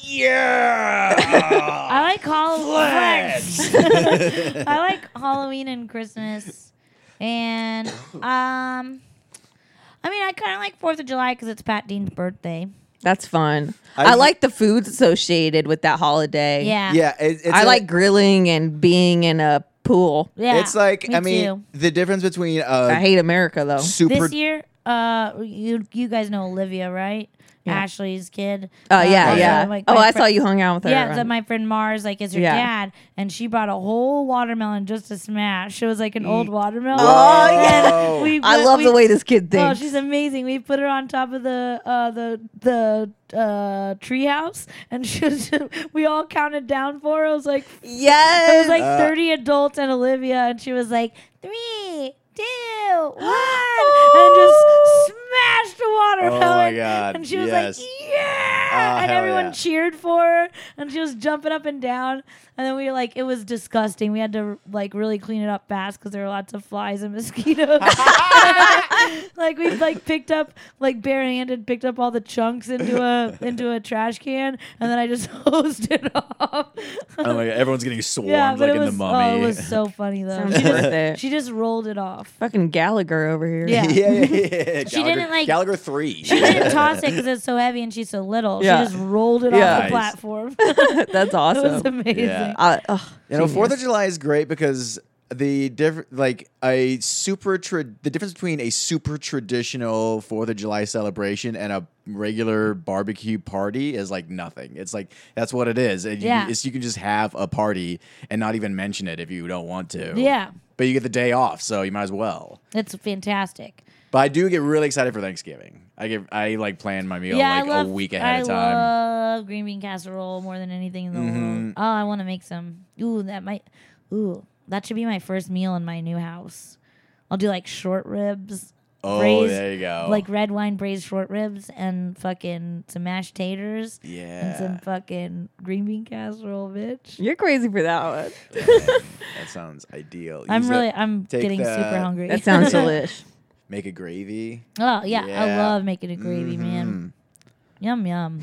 Speaker 4: yeah.
Speaker 3: I like Halloween. I like Halloween and Christmas, and um, I mean, I kind of like Fourth of July because it's Pat Dean's birthday.
Speaker 5: That's fun.
Speaker 4: I-
Speaker 5: I, like the foods associated with that holiday.
Speaker 3: Yeah,
Speaker 4: yeah, it, it's
Speaker 5: I
Speaker 4: a-
Speaker 5: like grilling and being in a pool.
Speaker 3: yeah.
Speaker 4: it's like
Speaker 3: me
Speaker 4: I mean
Speaker 3: too.
Speaker 4: the difference between
Speaker 5: I
Speaker 4: a
Speaker 5: hate America though.
Speaker 4: super
Speaker 3: this year, uh, you you guys know Olivia, right? Ashley's kid.
Speaker 5: Oh yeah,
Speaker 4: uh,
Speaker 5: yeah.
Speaker 3: like,
Speaker 5: oh,
Speaker 3: my
Speaker 5: I
Speaker 3: fri-
Speaker 5: saw you hung out with her.
Speaker 3: Yeah, so
Speaker 5: on-
Speaker 3: my friend Mars like is her
Speaker 5: Yeah.
Speaker 3: dad, and she brought a whole watermelon just to smash. It was like an old watermelon.
Speaker 4: Whoa.
Speaker 3: And we
Speaker 5: Oh, I
Speaker 3: put-
Speaker 5: love
Speaker 3: we-
Speaker 5: the way this kid
Speaker 3: Oh,
Speaker 5: thinks.
Speaker 3: she's amazing. We put her on top of the uh, the the uh, treehouse, and she was, we all counted down for her. It was like it
Speaker 5: yes.
Speaker 3: was
Speaker 4: Uh,
Speaker 3: like thirty adults and Olivia, and she was like three, two, one, and just smashed the watermelon.
Speaker 4: Oh God,
Speaker 3: And she was
Speaker 4: yes.
Speaker 3: like, yeah,
Speaker 4: Oh,
Speaker 3: and
Speaker 4: hell
Speaker 3: everyone
Speaker 4: yeah.
Speaker 3: cheered for her, and she was jumping up and down. And then we were like, it was disgusting. We had to like really clean it up fast because there were lots of flies and mosquitoes. like we like picked up like barehanded picked up all the chunks into a into a trash can and then I just hosed it off.
Speaker 4: oh my God, everyone's getting swarmed
Speaker 3: yeah, but
Speaker 4: like
Speaker 3: it
Speaker 4: in
Speaker 3: was
Speaker 4: the
Speaker 3: oh,
Speaker 4: mummy.
Speaker 3: it was so funny though.
Speaker 5: Sounds
Speaker 3: She
Speaker 5: worth
Speaker 3: just,
Speaker 5: it.
Speaker 3: she just rolled it off.
Speaker 5: Fucking Gallagher over here.
Speaker 3: Yeah.
Speaker 4: yeah, yeah, yeah.
Speaker 3: She didn't, like-
Speaker 4: Gallagher three.
Speaker 3: She didn't toss it because it's so heavy and she's so little.
Speaker 5: Yeah.
Speaker 3: She just rolled it
Speaker 5: Yeah.
Speaker 3: off the
Speaker 4: Nice.
Speaker 3: platform. it was
Speaker 5: That's awesome.
Speaker 3: amazing.
Speaker 4: Yeah.
Speaker 5: I- oh,
Speaker 4: You know, Fourth
Speaker 5: genius.
Speaker 4: of July is great because the different, like a super, tra- the difference between a super traditional Fourth of July celebration and a regular barbecue party is like nothing. It's like that's what it is. And you,
Speaker 3: Yeah.
Speaker 4: can- it's, you can just have a party and not even mention it if you don't want to.
Speaker 3: Yeah.
Speaker 4: but you get the day off, so you might as well.
Speaker 3: It's fantastic.
Speaker 4: But I do get really excited for Thanksgiving. I get, I like plan my meal
Speaker 3: yeah,
Speaker 4: like
Speaker 3: I love,
Speaker 4: a week
Speaker 3: I
Speaker 4: ahead of time.
Speaker 3: love green bean casserole more than anything in the
Speaker 5: Mm-hmm.
Speaker 3: world. Oh, I want to make some. Ooh, that might. Ooh, that should be my first meal in my new house. I'll do like short ribs.
Speaker 4: oh,
Speaker 3: braised-
Speaker 4: there you go.
Speaker 3: Like red wine braised short ribs and fucking some mashed taters and
Speaker 4: yeah,
Speaker 3: some fucking green bean casserole, bitch.
Speaker 5: You're crazy for that one.
Speaker 4: that sounds ideal.
Speaker 3: I'm
Speaker 4: Use it-
Speaker 3: really, I'm
Speaker 4: take
Speaker 3: getting super
Speaker 4: that.
Speaker 3: hungry.
Speaker 5: That sounds delish.
Speaker 4: make a gravy.
Speaker 3: oh yeah, I
Speaker 4: Yeah. Mm-hmm.
Speaker 3: love making a gravy, man. Yum yum.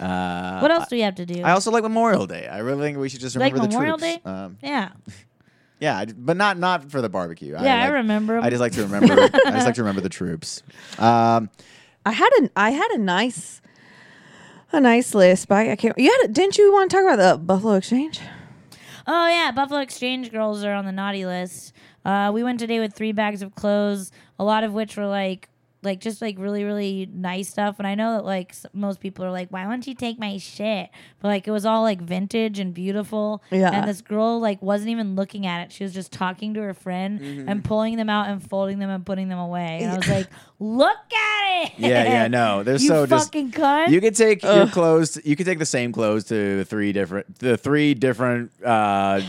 Speaker 4: Uh,
Speaker 3: What else do we have to do?
Speaker 4: I also like Memorial Day. I really think we should just
Speaker 3: Like
Speaker 4: remember the
Speaker 3: Memorial
Speaker 4: troops.
Speaker 3: Day?
Speaker 4: Um,
Speaker 3: yeah,
Speaker 4: yeah, I- but not not for the barbecue.
Speaker 3: yeah, I,
Speaker 4: like-
Speaker 3: remember. 'em.
Speaker 4: I just like to remember. I just like to remember the troops. Um,
Speaker 5: I had a I had a nice a nice list, but I can't. You had a, didn't you want to talk about the Buffalo Exchange?
Speaker 3: Oh yeah, Buffalo Exchange girls are on the naughty list. Uh, we went today with three bags of clothes, a lot of which were like like just like really really nice stuff. And I know that like s- most people are like, why won't you take my shit? But like it was all like vintage and beautiful.
Speaker 5: Yeah.
Speaker 3: And this girl like wasn't even looking at it. She was just talking to her friend
Speaker 4: Mm-hmm.
Speaker 3: and pulling them out and folding them and putting them away. And I was like, look at it.
Speaker 4: Yeah, yeah, no. They're
Speaker 3: you
Speaker 4: so just-
Speaker 3: fucking cunt.
Speaker 4: You could take your clothes. You could take the same clothes to three different the three different uh,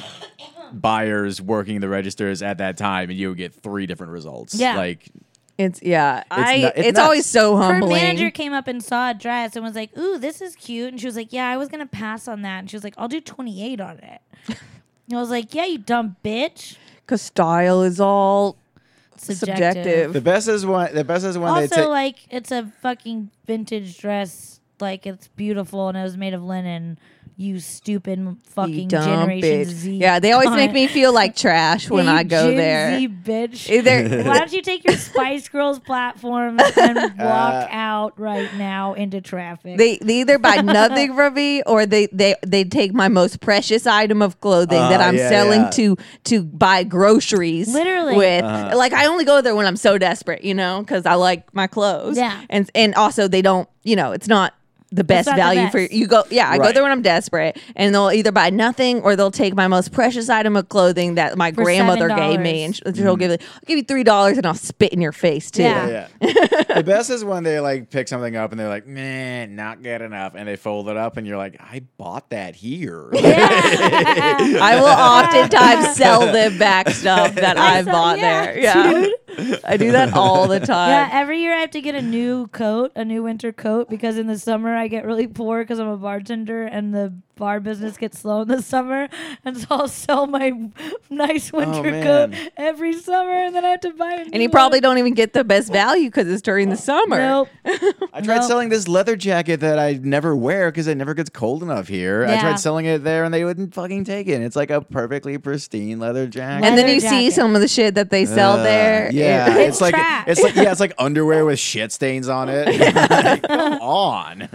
Speaker 4: buyers working the registers at that time, and you would get three different results.
Speaker 3: Yeah.
Speaker 4: like
Speaker 5: It's yeah. I.
Speaker 4: nu- it's
Speaker 5: it's always
Speaker 4: nuts.
Speaker 5: so
Speaker 3: her
Speaker 5: humbling.
Speaker 3: manager came up and saw a dress and was like, "Ooh, this is cute," and she was like, "Yeah, I was gonna pass on that," and she was like, "I'll do twenty eight on it." And I was like, "Yeah, you dumb bitch."
Speaker 5: Cause style is all subjective.
Speaker 4: the best is when the best is when
Speaker 3: Also,
Speaker 4: they take.
Speaker 3: like, it's a fucking vintage dress. Like, it's beautiful and it was made of linen. You stupid
Speaker 5: You
Speaker 3: fucking
Speaker 5: dumb
Speaker 3: Generation
Speaker 5: bitch.
Speaker 3: Z.
Speaker 5: Yeah, they always
Speaker 3: cunt.
Speaker 5: make me feel like trash when
Speaker 3: Yeah, you
Speaker 5: I go
Speaker 3: Gen
Speaker 5: there.
Speaker 3: Z bitch.
Speaker 5: Is there-
Speaker 3: Why don't you take your Spice Girls platform and walk
Speaker 4: Uh,
Speaker 3: out right now into traffic?
Speaker 5: They, they either buy nothing from me or they, they, they take my most precious item of clothing that
Speaker 4: Uh,
Speaker 5: I'm
Speaker 4: yeah,
Speaker 5: selling
Speaker 4: yeah.
Speaker 5: to to buy groceries.
Speaker 3: Literally.
Speaker 5: with
Speaker 4: Uh-huh.
Speaker 5: like I only go there when I'm so desperate, you know, because I like my clothes.
Speaker 3: Yeah.
Speaker 5: and and also they don't, you know, it's not the best
Speaker 3: not the
Speaker 5: value for
Speaker 3: best.
Speaker 5: you. Go yeah, I go
Speaker 4: Right.
Speaker 5: there when I'm desperate, and they'll either buy nothing or they'll take my most precious item of clothing that my
Speaker 3: For
Speaker 5: grandmother
Speaker 3: $7.
Speaker 5: gave me, and sh- she'll
Speaker 4: Mm.
Speaker 5: give it. I'll give you three dollars, and I'll spit in your face too.
Speaker 3: Yeah.
Speaker 4: yeah. the best is when they like pick something up and they're like, man, not good enough. And they fold it up and you're like, I bought that here.
Speaker 3: Yeah.
Speaker 5: I will oftentimes sell them back stuff that I,
Speaker 3: I saw-
Speaker 5: bought
Speaker 3: yeah,
Speaker 5: there. Yeah. I do that all the time.
Speaker 3: Yeah, every year I have to get a new coat, a new winter coat, because in the summer I get really poor because I'm a bartender and the bar business gets slow in the summer. And so I'll sell my nice winter coat
Speaker 4: man.
Speaker 3: every summer and then I have to buy a new
Speaker 5: Oh, and you probably don't even get the best value because it's during the summer.
Speaker 3: Nope.
Speaker 4: I tried
Speaker 3: No.
Speaker 4: selling this leather jacket that I never wear because it never gets cold enough here. I
Speaker 3: Yeah.
Speaker 4: tried selling it there and they wouldn't fucking take it. And it's like a perfectly pristine leather jacket.
Speaker 5: And then
Speaker 3: Leather
Speaker 5: you see
Speaker 3: jacket.
Speaker 5: some of the shit that they sell
Speaker 4: Uh,
Speaker 5: there.
Speaker 4: Yeah,
Speaker 5: It-
Speaker 4: it's,
Speaker 3: It's
Speaker 4: like
Speaker 3: trash.
Speaker 4: it's like yeah, it's like underwear with shit stains on it. Like, come on,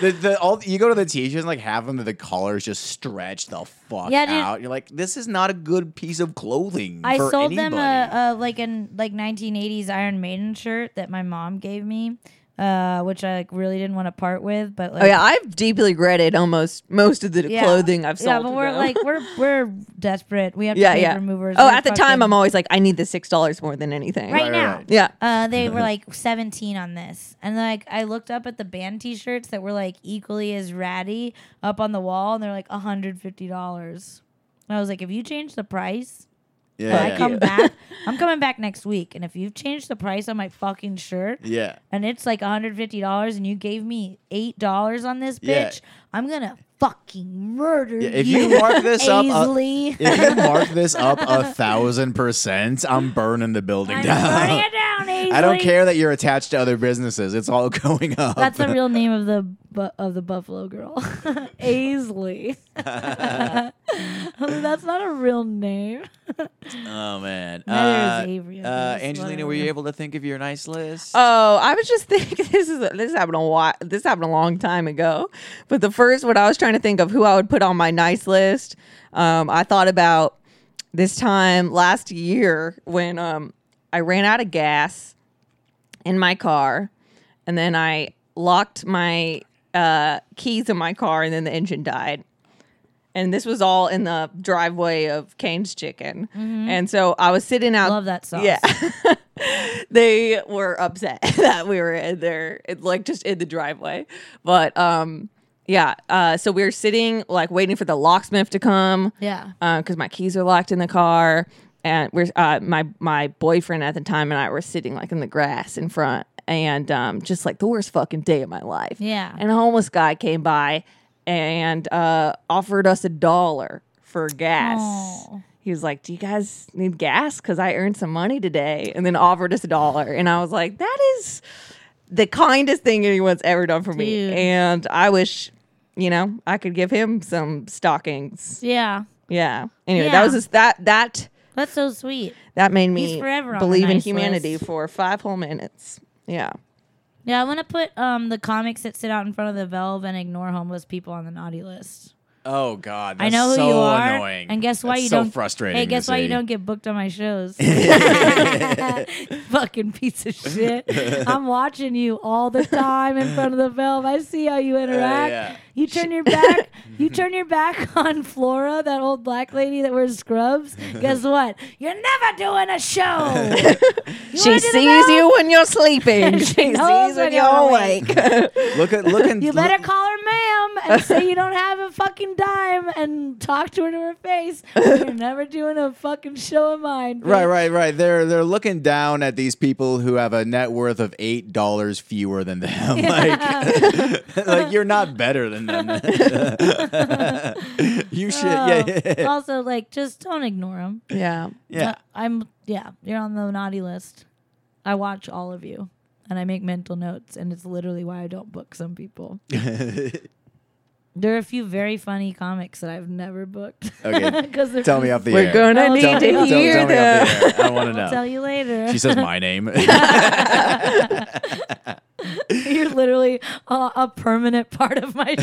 Speaker 4: the, the all you go to the t-shirts and like half of them the collars just stretch the fuck
Speaker 3: Yeah, dude.
Speaker 4: out. You're like, this is not a good piece of clothing.
Speaker 3: I
Speaker 4: for
Speaker 3: sold
Speaker 4: anybody.
Speaker 3: them a, a like an like 1980s Iron Maiden shirt that my mom gave me, uh, which I like really didn't want to part with, but like
Speaker 5: Oh, yeah. I've deeply regretted almost most of the
Speaker 3: Yeah.
Speaker 5: clothing I've sold.
Speaker 3: Yeah, but
Speaker 5: to
Speaker 3: we're
Speaker 5: them.
Speaker 3: like we're we're desperate. We have to
Speaker 5: yeah,
Speaker 3: pay
Speaker 5: yeah.
Speaker 3: for movers.
Speaker 5: Oh,
Speaker 3: We're
Speaker 5: at the time,
Speaker 3: fucking-
Speaker 5: I'm always like, I need the $6 more than anything.
Speaker 3: right,
Speaker 4: Right,
Speaker 3: now.
Speaker 4: right.
Speaker 5: Yeah.
Speaker 3: Uh, they were like 17 on this, and like I looked up at the band T-shirts that were like equally as ratty up on the wall, and they're like 150 dollars. And I was like, if you change the price,
Speaker 4: yeah,
Speaker 3: when I
Speaker 4: yeah.
Speaker 3: come back, I'm coming back next week, and if you've changed the price on my fucking shirt,
Speaker 4: yeah.
Speaker 3: and it's like 150 dollars, and you gave me eight dollars on this bitch,
Speaker 4: Yeah.
Speaker 3: I'm gonna fucking murder
Speaker 4: Yeah,
Speaker 3: you.
Speaker 4: if you mark this up, uh,
Speaker 3: Aisley.
Speaker 4: If you mark this up a thousand percent, I'm burning the building
Speaker 3: I'm
Speaker 4: down.
Speaker 3: burning it down, Aisley.
Speaker 4: I don't care that you're attached to other businesses. It's all going up.
Speaker 3: That's the real name of the bu- of the Buffalo Girl, Aisley. That's not a real name.
Speaker 4: oh man.
Speaker 3: Neither is
Speaker 4: Uh,
Speaker 3: Avery, I
Speaker 4: uh,
Speaker 3: guess,
Speaker 4: Angelina, were
Speaker 3: whatever.
Speaker 4: you able to think of your nice list?
Speaker 5: Oh, I was just thinking this is this happened a lot. This happened a long time ago, but the first one I was trying to think of who I would put on my nice list. Um, I thought about this time last year when um, I ran out of gas in my car, and then I locked my uh, keys in my car, and then the engine died. And this was all in the driveway of Kane's Chicken, and so I was sitting out.
Speaker 3: Mm-hmm. Love that sauce.
Speaker 5: Yeah they were upset that we were in there, it- like just in the driveway. But um, yeah, uh, so we were sitting like waiting for the locksmith to come.
Speaker 3: Yeah.
Speaker 5: because Uh, my keys are locked in the car, and we're uh, my my boyfriend at the time and I were sitting like in the grass in front, and um, just like the worst fucking day of my life.
Speaker 3: Yeah.
Speaker 5: and a homeless guy came by and uh, offered us a dollar for gas
Speaker 3: Aw.
Speaker 5: he was like, "Do you guys need gas? Because I earned some money today," and then offered us a dollar, and I was like, "That is the kindest thing anyone's ever done for me,"
Speaker 3: Dude.
Speaker 5: and I wish, you know, I could give him some stockings.
Speaker 3: Yeah,
Speaker 5: Yeah. Anyway,
Speaker 3: Yeah.
Speaker 5: that was just that that
Speaker 3: that's so sweet.
Speaker 5: that made
Speaker 3: He's
Speaker 5: me
Speaker 3: forever on the
Speaker 5: believe in
Speaker 3: nice
Speaker 5: humanity
Speaker 3: list.
Speaker 5: for five whole minutes. Yeah.
Speaker 3: Yeah, I want to put um the comics that sit out in front of the Valve and ignore homeless people on the naughty list.
Speaker 4: Oh God,
Speaker 3: I
Speaker 4: that's
Speaker 3: know who
Speaker 4: so
Speaker 3: you are,
Speaker 4: annoying.
Speaker 3: and guess why
Speaker 4: That's
Speaker 3: you
Speaker 4: so
Speaker 3: don't.
Speaker 4: frustrating.
Speaker 3: Hey,
Speaker 4: to
Speaker 3: guess why you
Speaker 4: see.
Speaker 3: don't get booked on my shows? Fucking piece of shit! I'm watching you all the time in front of the film. I see how you interact.
Speaker 4: Uh, yeah.
Speaker 3: You turn your back. you turn your back on Flora, that old black lady that wears scrubs. Guess what? You're never doing a show. You
Speaker 5: She
Speaker 3: wanna do the
Speaker 5: sees
Speaker 3: road?
Speaker 5: you when you're sleeping.
Speaker 3: She
Speaker 5: she
Speaker 3: knows
Speaker 5: sees when
Speaker 3: when
Speaker 5: you're
Speaker 3: you're
Speaker 5: awake.
Speaker 4: Look at look and
Speaker 3: You
Speaker 4: look-
Speaker 3: better call her ma'am and say you don't have a fucking dime and talk to her to her face. You're never doing a fucking show of mine.
Speaker 4: Right, right, right. They're they're looking down at these people who have a net worth of eight dollars fewer than them. Like, like you're not better than them. you should, yeah, yeah,
Speaker 3: Oh, also, like, just don't ignore him.
Speaker 5: yeah.
Speaker 4: yeah.
Speaker 3: I'm, yeah, you're on the naughty list. I watch all of you and I make mental notes, and it's literally why I don't book some people. there are a few very funny comics that I've never booked.
Speaker 4: Okay,
Speaker 3: 'Cause they're-
Speaker 4: tell me off the
Speaker 5: We're
Speaker 4: air.
Speaker 5: gonna
Speaker 3: Tell-
Speaker 5: need
Speaker 3: tell-
Speaker 5: to
Speaker 3: tell-
Speaker 5: hear
Speaker 4: tell me
Speaker 5: them.
Speaker 4: off the air. I want to
Speaker 3: I'll tell
Speaker 4: know.
Speaker 3: you later.
Speaker 4: She says my name.
Speaker 3: You're literally uh, a permanent part of my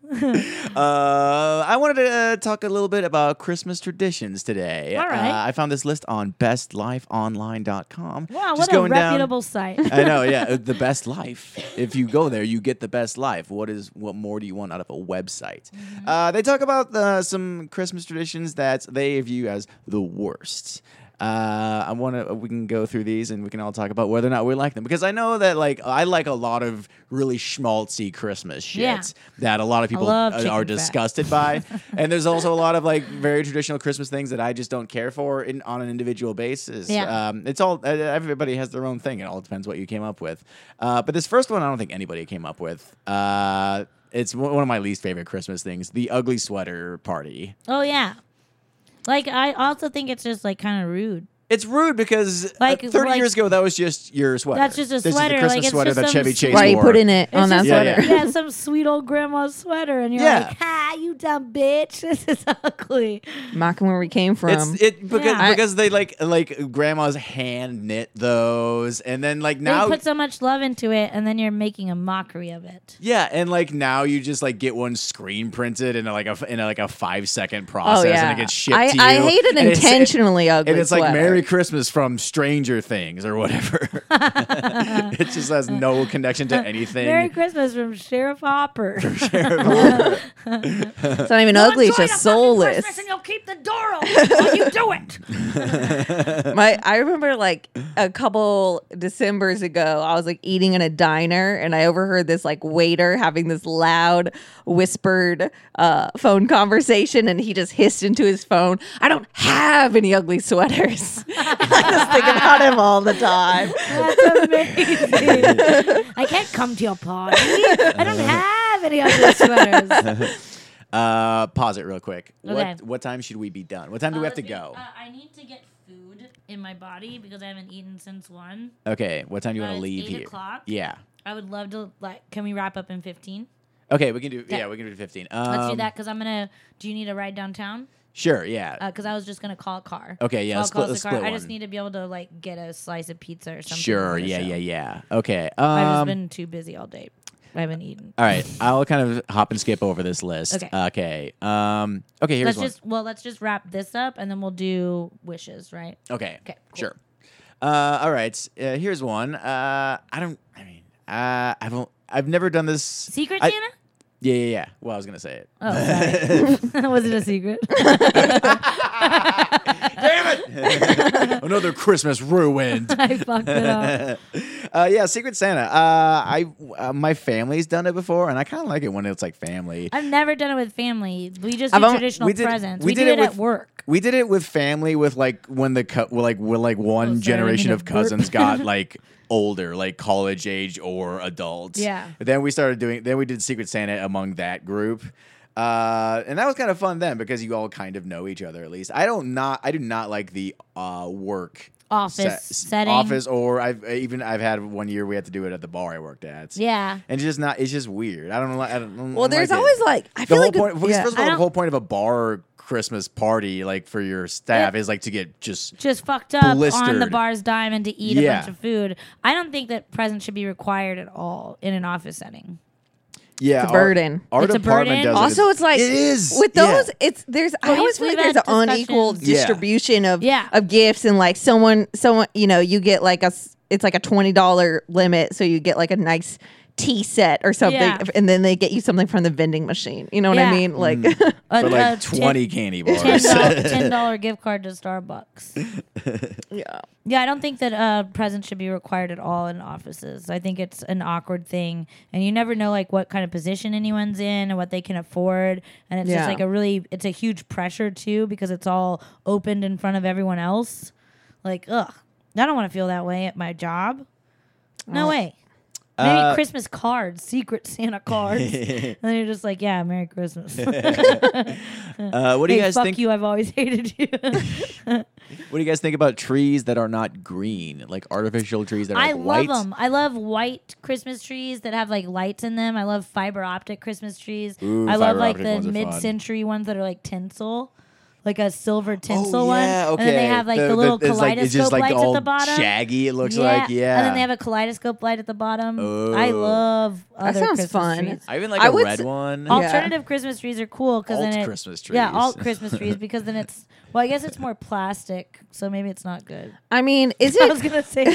Speaker 3: show.
Speaker 4: Uh, I wanted to uh, talk a little bit about Christmas traditions today.
Speaker 3: All right.
Speaker 4: Uh, I found this list on bestlifeonline.com.
Speaker 3: wow,
Speaker 4: Just
Speaker 3: what a
Speaker 4: going down-
Speaker 3: reputable site.
Speaker 4: I know, yeah, uh, the best life. If you go there, you get the best life. What is what more do you want out of a website?
Speaker 3: Mm-hmm.
Speaker 4: Uh, they talk about uh, some Christmas traditions that they view as the worst. Uh, I want to. We can go through these, and we can all talk about whether or not we like them. Because I know that, like, I like a lot of really schmaltzy Christmas shit
Speaker 3: Yeah.
Speaker 4: that a lot of people
Speaker 3: love
Speaker 4: uh,
Speaker 3: chicken
Speaker 4: are
Speaker 3: fat.
Speaker 4: disgusted by. and there's also a lot of like very traditional Christmas things that I just don't care for in, on an individual basis.
Speaker 3: Yeah.
Speaker 4: Um, it's all uh, everybody has their own thing. It all depends what you came up with. Uh, but this first one, I don't think anybody came up with. Uh, it's one one of my least favorite Christmas things: the ugly sweater party.
Speaker 3: Oh yeah. Like I also think it's just like kind of rude.
Speaker 4: It's rude because like,
Speaker 3: Like-
Speaker 4: 30
Speaker 3: like-
Speaker 4: years ago, that was just your sweater.
Speaker 3: That's just a
Speaker 4: This is the
Speaker 3: sweater, like,
Speaker 4: Christmas
Speaker 3: it's
Speaker 4: sweater
Speaker 3: just
Speaker 4: that
Speaker 3: some
Speaker 4: Chevy
Speaker 3: s-
Speaker 4: Chase
Speaker 5: Right, you
Speaker 4: wore.
Speaker 5: put in it on that
Speaker 3: It's
Speaker 5: sweater.
Speaker 4: Yeah,
Speaker 3: just- yeah, some sweet old grandma's sweater, and you're
Speaker 4: Yeah.
Speaker 3: like, "Ha, you dumb bitch! This is ugly."
Speaker 5: Mocking where we came from.
Speaker 4: It's it because
Speaker 3: Yeah. I-
Speaker 4: because they like like grandma's hand knit those, and then like now
Speaker 3: they put so much love into it, and then you're making a mockery of it.
Speaker 4: yeah, and like now you just like get one screen printed in a, like a in a, like a five
Speaker 3: Oh,
Speaker 4: second process, and it gets shipped
Speaker 5: Oh, I,
Speaker 4: to you.
Speaker 5: I hate
Speaker 4: and
Speaker 5: an
Speaker 4: it's-
Speaker 5: intentionally ugly
Speaker 4: and it's like
Speaker 5: sweater.
Speaker 4: Merry Christmas from Stranger Things or whatever. it just has no connection to anything.
Speaker 3: Merry Christmas from Sheriff Hopper.
Speaker 5: It's not even ugly. It's just soulless.
Speaker 3: you'll keep the door open when you do it.
Speaker 5: My, I remember like a couple December's ago, I was like eating in a diner, and I overheard this like waiter having this loud, whispered uh, phone conversation, and he just hissed into his phone, "I don't have any ugly sweaters." I just think about him all the time.
Speaker 3: That's amazing. I can't come to your party. I don't have any other sweaters.
Speaker 4: Uh, pause it real quick.
Speaker 3: Okay.
Speaker 4: What what time should we be done? What time do we have to go?
Speaker 3: uh, I need to get food in my body because I haven't eaten since one.
Speaker 4: okay, what time do you want
Speaker 3: uh,
Speaker 4: to
Speaker 3: it's
Speaker 4: leave
Speaker 3: eight
Speaker 4: here?
Speaker 3: o'clock.
Speaker 4: Yeah.
Speaker 3: I would love to like. Can we wrap up in fifteen?
Speaker 4: Okay, we can do.
Speaker 3: Yeah.
Speaker 4: Yeah, we can do fifteen. Um,
Speaker 3: Let's do that because I'm gonna. Do you need a ride downtown?
Speaker 4: Sure. Yeah.
Speaker 3: Because I was just gonna call a car.
Speaker 4: Okay, yeah,
Speaker 3: Call
Speaker 4: split-
Speaker 3: calls a
Speaker 4: split
Speaker 3: car. I just
Speaker 4: one.
Speaker 3: need to be able to like get a slice of pizza or something.
Speaker 4: Sure.
Speaker 3: for the
Speaker 4: Yeah.
Speaker 3: show.
Speaker 4: Yeah. Yeah. Okay.
Speaker 3: I've just
Speaker 4: Um,
Speaker 3: been too busy all day. I haven't eaten.
Speaker 4: all right. I'll kind of hop and skip over this list.
Speaker 3: Okay.
Speaker 4: Okay. Um, okay. Here's
Speaker 3: Let's
Speaker 4: one.
Speaker 3: just well, let's just wrap this up and then we'll do wishes, right?
Speaker 4: okay.
Speaker 3: Okay, cool.
Speaker 4: Sure. Uh, all right. Uh, here's one. Uh, I don't. I mean, uh, I don't. I've never done this.
Speaker 3: Secret,
Speaker 4: I-
Speaker 3: Tina?
Speaker 4: Yeah. Yeah. Yeah. Well, I was gonna say it.
Speaker 3: Oh, sorry. was it a secret? Oh.
Speaker 4: Another Christmas ruined.
Speaker 3: I fucked it up.
Speaker 4: Uh, yeah, Secret Santa. Uh, I uh, my family's done it before, and I kind of like it when it's like family.
Speaker 3: I've never done it with family. We just
Speaker 5: I've
Speaker 3: do
Speaker 5: only-
Speaker 3: traditional
Speaker 4: we did-
Speaker 3: presents.
Speaker 4: we
Speaker 3: We,
Speaker 4: did
Speaker 3: did,
Speaker 4: it
Speaker 3: it,
Speaker 4: with-
Speaker 3: at work.
Speaker 4: We did it with family, with like when the co- well, like when like one
Speaker 3: sorry, I
Speaker 4: generation
Speaker 3: didn't
Speaker 4: of
Speaker 3: burp.
Speaker 4: cousins got like older, like college age or adults.
Speaker 3: Yeah.
Speaker 4: But then we started doing. Then we did Secret Santa among that group, uh, and that was kind of fun then because you all kind of know each other at least. I don't not. I do not like the uh, work.
Speaker 3: Office
Speaker 4: se-
Speaker 3: setting.
Speaker 4: office, or I've even I've had one year we had to do it at the bar I worked at.
Speaker 3: Yeah.
Speaker 4: and it's just not. It's just weird. I don't like. I don't, I don't
Speaker 5: Well, there's
Speaker 4: like it.
Speaker 5: always like
Speaker 4: Oh
Speaker 5: I
Speaker 4: the
Speaker 5: feel
Speaker 4: whole
Speaker 5: like
Speaker 4: point.
Speaker 5: yeah.
Speaker 4: First of all,
Speaker 3: I
Speaker 4: the
Speaker 3: don't-
Speaker 4: whole point of a bar Christmas party, like for your staff, is like to get just.
Speaker 3: Just fucked up on the
Speaker 4: Blistered.
Speaker 3: bar's dime and to eat
Speaker 4: Yeah.
Speaker 3: a bunch of food. I don't think that presents should be required at all in an office setting.
Speaker 4: Yeah,
Speaker 5: It's a burden.
Speaker 4: Our, our
Speaker 3: It's a
Speaker 4: department
Speaker 3: burden.
Speaker 4: does it.
Speaker 5: Also, it's like
Speaker 4: it is
Speaker 5: with
Speaker 4: yeah.
Speaker 5: those. It's there's. I
Speaker 3: We've-
Speaker 5: always feel like
Speaker 3: we've
Speaker 5: there's an
Speaker 3: had
Speaker 5: unequal
Speaker 3: discussions.
Speaker 4: Yeah.
Speaker 5: distribution of
Speaker 3: Yeah.
Speaker 5: of gifts and like someone someone you know you get like a s- it's like a twenty dollar limit, so you get like a nice tea set or something,
Speaker 3: Yeah.
Speaker 5: and then they get you something from the vending machine. You know what
Speaker 3: Yeah.
Speaker 5: I mean? Like
Speaker 3: A-
Speaker 4: for
Speaker 3: a
Speaker 4: like
Speaker 3: ten-
Speaker 4: twenty candy bars.
Speaker 3: $10, $10 gift card to Starbucks.
Speaker 5: yeah.
Speaker 3: Yeah, I don't think that uh, presents should be required at all in offices. I think it's an awkward thing, and you never know like what kind of position anyone's in and what they can afford. And it's just
Speaker 5: Yeah.
Speaker 3: like a really, it's a huge pressure too because it's all opened in front of everyone else. Like, ugh, I don't want to feel that way at my job. No way. Maybe
Speaker 1: Uh,
Speaker 3: Christmas cards, secret Santa cards, and then you're just like, yeah, Merry Christmas.
Speaker 1: Uh, what do
Speaker 3: hey,
Speaker 1: you guys
Speaker 3: fuck
Speaker 1: think?
Speaker 3: you. I've always hated you.
Speaker 1: What do you guys think about trees that are not green, like artificial trees that are
Speaker 3: I
Speaker 1: like,
Speaker 3: love
Speaker 1: white?
Speaker 3: them. I love white Christmas trees that have like lights in them. I love fiber optic Christmas trees.
Speaker 4: Ooh,
Speaker 3: I love
Speaker 4: fiber
Speaker 3: like
Speaker 4: optic
Speaker 3: the
Speaker 4: ones are fun.
Speaker 3: mid-century ones that are like tinsel, like a silver tinsel
Speaker 4: Oh, yeah,
Speaker 3: one.
Speaker 4: okay.
Speaker 3: And then they have like the, little
Speaker 4: it's like-
Speaker 3: kaleidoscope
Speaker 4: it's just like
Speaker 3: lights
Speaker 4: all
Speaker 3: at the bottom.
Speaker 4: Shaggy, it looks like. Yeah. Oh.
Speaker 3: And then they have a kaleidoscope light at the bottom. I
Speaker 1: Ooh.
Speaker 3: love
Speaker 5: That
Speaker 3: other
Speaker 5: sounds
Speaker 3: Christmas
Speaker 5: fun.
Speaker 3: trees.
Speaker 1: I even like
Speaker 5: I
Speaker 1: a
Speaker 5: would
Speaker 1: red
Speaker 5: s-
Speaker 1: one.
Speaker 5: I'll-
Speaker 3: Alternative Christmas trees are cool because
Speaker 1: Alt
Speaker 3: then it,
Speaker 1: Christmas
Speaker 3: Yeah,
Speaker 1: trees.
Speaker 3: alt Christmas trees because then it's well, I guess it's more plastic, so maybe it's not good.
Speaker 5: I mean, is
Speaker 3: I was
Speaker 5: it?
Speaker 3: gonna say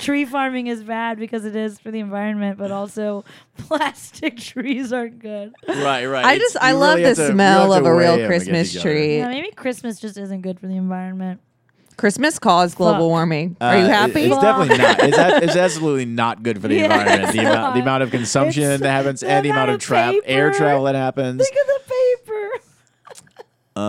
Speaker 3: tree farming is bad because it is for the environment, but also plastic trees aren't good.
Speaker 4: right, right.
Speaker 5: I
Speaker 4: It's-
Speaker 5: just I
Speaker 4: you
Speaker 5: love
Speaker 4: really have
Speaker 5: the
Speaker 4: to- you
Speaker 5: smell
Speaker 4: have
Speaker 5: of
Speaker 4: to
Speaker 5: a
Speaker 4: weigh
Speaker 5: real
Speaker 4: them against
Speaker 5: Christmas
Speaker 4: each other.
Speaker 5: tree.
Speaker 3: Yeah, maybe Christmas just isn't good for the environment.
Speaker 5: Christmas caused global
Speaker 3: Fuck.
Speaker 5: warming. Are
Speaker 1: Uh,
Speaker 5: you
Speaker 1: it-
Speaker 5: happy?
Speaker 1: It's definitely not. It's, ab- it's absolutely not good for the
Speaker 3: Yeah,
Speaker 1: environment.
Speaker 3: it's
Speaker 1: The, amount, the
Speaker 3: not.
Speaker 1: amount of consumption
Speaker 3: It's-
Speaker 1: that happens
Speaker 3: the
Speaker 1: and the amount
Speaker 3: amount
Speaker 1: of
Speaker 3: of
Speaker 1: tra- air
Speaker 3: paper.
Speaker 1: travel that happens.
Speaker 3: Look at the paper. oh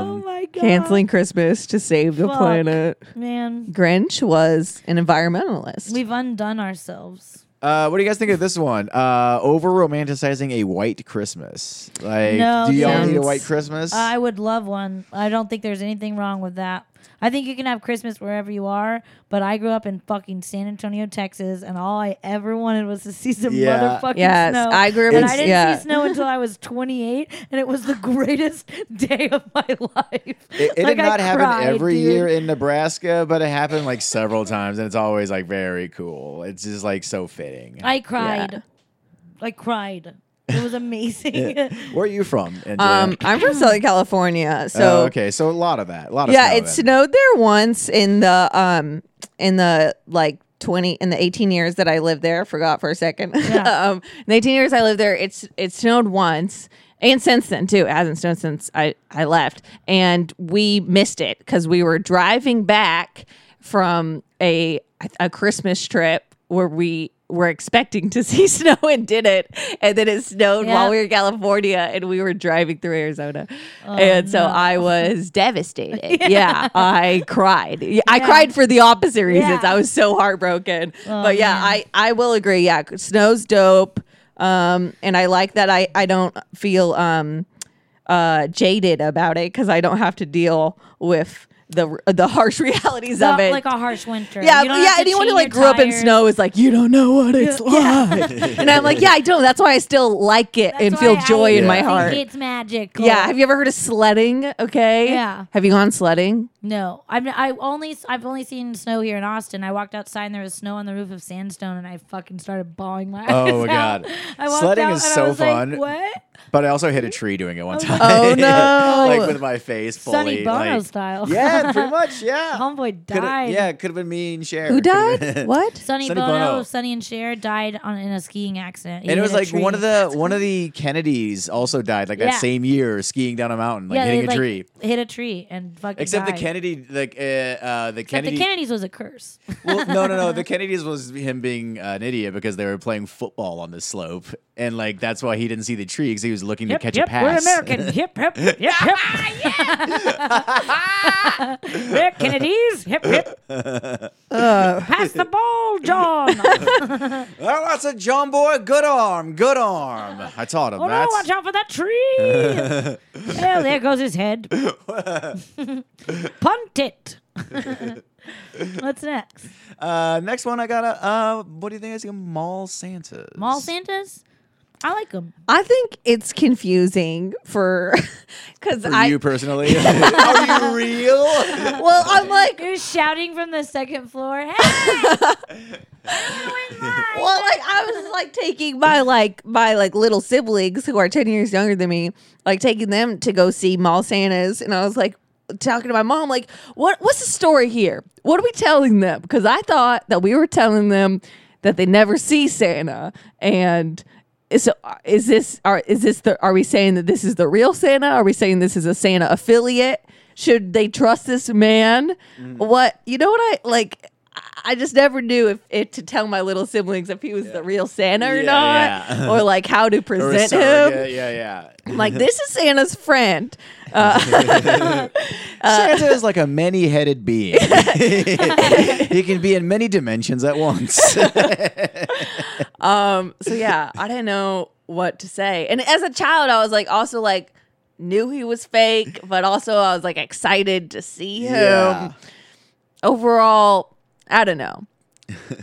Speaker 1: Um,
Speaker 3: my god.
Speaker 5: Canceling Christmas to save the
Speaker 3: Fuck.
Speaker 5: planet.
Speaker 3: Man,
Speaker 5: Grinch was an environmentalist.
Speaker 3: we've undone ourselves.
Speaker 1: uh, what do you guys think of this one? Uh, Over romanticizing a white Christmas. Like,
Speaker 3: No,
Speaker 1: do y'all
Speaker 5: dude.
Speaker 1: need a white Christmas?
Speaker 3: I would love one. I don't think there's anything wrong with that. I think you can have Christmas wherever you are, but I grew up in fucking San Antonio, Texas, and all I ever wanted was to see some
Speaker 1: Yeah.
Speaker 3: motherfucking
Speaker 5: Yes,
Speaker 3: snow.
Speaker 5: I grew up
Speaker 3: and
Speaker 5: in-
Speaker 3: I didn't
Speaker 5: yeah.
Speaker 3: see snow until I was 28, and it was the greatest day of my life.
Speaker 4: It, it
Speaker 3: Like,
Speaker 4: did
Speaker 3: I
Speaker 4: not happen
Speaker 3: cried,
Speaker 4: every
Speaker 3: dude.
Speaker 4: year in Nebraska, but it happened like several times, and it's always like very cool. It's just like so fitting.
Speaker 3: I cried. I cried. It was amazing.
Speaker 4: Where are you from? Andrea?
Speaker 5: um, I'm from Southern California, so
Speaker 4: Oh, okay, so a lot of that, a lot of
Speaker 5: yeah,
Speaker 4: snow
Speaker 5: it
Speaker 4: then.
Speaker 5: snowed there once in the um in the like 20 in the 18 years that I lived there. Forgot for a second.
Speaker 3: Yeah.
Speaker 5: um, in the 18 years I lived there, it's it snowed once. And since then too, it hasn't snowed since I, I left, and we missed it because we were driving back from a a Christmas trip where we were expecting to see snow and did it, and then it snowed
Speaker 3: Yeah.
Speaker 5: while we were in California, and we were driving through Arizona,
Speaker 3: Oh,
Speaker 5: and so I was devastated. yeah. I cried. Yeah, I cried for the opposite reasons.
Speaker 3: Yeah. Oh,
Speaker 5: I was so heartbroken. but yeah, I I will agree. Yeah, snow's dope, um, and I like that. I I don't feel um uh jaded about it because I don't have to deal with the the harsh realities of
Speaker 3: Not
Speaker 5: it.
Speaker 3: like a harsh winter.
Speaker 5: Yeah,
Speaker 3: You don't
Speaker 5: yeah.
Speaker 3: have to
Speaker 5: Anyone who
Speaker 3: chain
Speaker 5: like
Speaker 3: your
Speaker 5: grew up in
Speaker 3: tires.
Speaker 5: snow is like, you don't know what it's like, and I'm like, yeah, I don't. That's why I still like it and
Speaker 3: That's
Speaker 5: feel
Speaker 3: why I
Speaker 5: joy in
Speaker 3: think
Speaker 5: my heart.
Speaker 3: It's magic.
Speaker 5: Yeah. Have you ever heard of sledding? Okay.
Speaker 3: Yeah.
Speaker 5: Have you gone sledding?
Speaker 3: No, I've I only I've only seen snow here in Austin. I walked outside and there was snow on the roof of Sandstone, and I fucking started bawling my eyes
Speaker 4: Oh, my
Speaker 3: out.
Speaker 4: God.
Speaker 3: I walked
Speaker 4: Sledding
Speaker 3: out
Speaker 4: is
Speaker 3: and I
Speaker 4: so
Speaker 3: was like,
Speaker 4: fun.
Speaker 3: what?
Speaker 4: But I also hit a tree doing it one time.
Speaker 5: Oh, no.
Speaker 4: like with my face fully.
Speaker 3: Sonny Bono
Speaker 4: like-
Speaker 3: style.
Speaker 4: Yeah, pretty much. Yeah.
Speaker 3: Homeboy
Speaker 4: Coulda-
Speaker 3: died.
Speaker 4: Yeah, could have been me and Cher.
Speaker 5: Who
Speaker 4: Coulda been-
Speaker 5: died? what?
Speaker 3: Sonny,
Speaker 4: Sonny
Speaker 3: Bono,
Speaker 4: Bono.
Speaker 3: Sonny and Cher died on in a skiing accident. He
Speaker 4: And
Speaker 3: hit
Speaker 4: it was
Speaker 3: a
Speaker 4: like
Speaker 3: tree.
Speaker 4: one of the one of the Kennedys also died like
Speaker 3: Yeah.
Speaker 4: that same year skiing down a mountain, like
Speaker 3: yeah,
Speaker 4: hitting
Speaker 3: they,
Speaker 4: a
Speaker 3: like,
Speaker 4: tree.
Speaker 3: hit a tree and fucking
Speaker 4: Except the
Speaker 3: died.
Speaker 4: Kennedy, like uh, uh, the
Speaker 3: Except
Speaker 4: Kennedy.
Speaker 3: the Kennedys was a curse.
Speaker 4: well, no, no, no. The Kennedys was him being uh, an idiot because they were playing football on the slope, and like that's why he didn't see the tree because he was looking to catch
Speaker 3: yep,
Speaker 4: a pass.
Speaker 3: We're American. hip, hip, hip, hip. we're Kennedys. Hip, hip. Pass the ball, John.
Speaker 4: Oh, that's a John Boy. Good arm, good arm. I taught him.
Speaker 3: Oh no,
Speaker 4: that's
Speaker 3: watch out for that tree. oh, there goes his head. Punt it. What's next?
Speaker 4: Uh, next one I got a. Uh, what do you think is a mall Santas?
Speaker 3: Mall Santas? I like them.
Speaker 5: I think it's confusing for because
Speaker 4: For
Speaker 5: I
Speaker 4: you personally, are you real?
Speaker 5: well I'm like
Speaker 3: You're shouting from the second floor. Hey,
Speaker 5: well like I was like taking my like my like little siblings who are ten years younger than me like taking them to go see Mall Santas and I was like talking to my mom like what what's the story here what are we telling them because I thought that we were telling them that they never see Santa and. So uh, is this are is this the are we saying that this is the real Santa? Are we saying this is a Santa affiliate? Should they trust this man?
Speaker 4: Mm.
Speaker 5: What you know what I like I- I just never knew if, if to tell my little siblings if he was the real Santa or
Speaker 4: Yeah,
Speaker 5: not
Speaker 4: yeah.
Speaker 5: or like how to
Speaker 4: Or a
Speaker 5: present him.
Speaker 4: surrogate, Yeah, yeah.
Speaker 5: I'm like this is Santa's friend. Uh,
Speaker 6: Santa is like a many-headed being. he can be in many dimensions at once.
Speaker 5: Um so yeah, I didn't know what to say. And as a child I was like also like knew he was fake, but also I was like excited to see him.
Speaker 4: Yeah.
Speaker 5: overall, I don't know.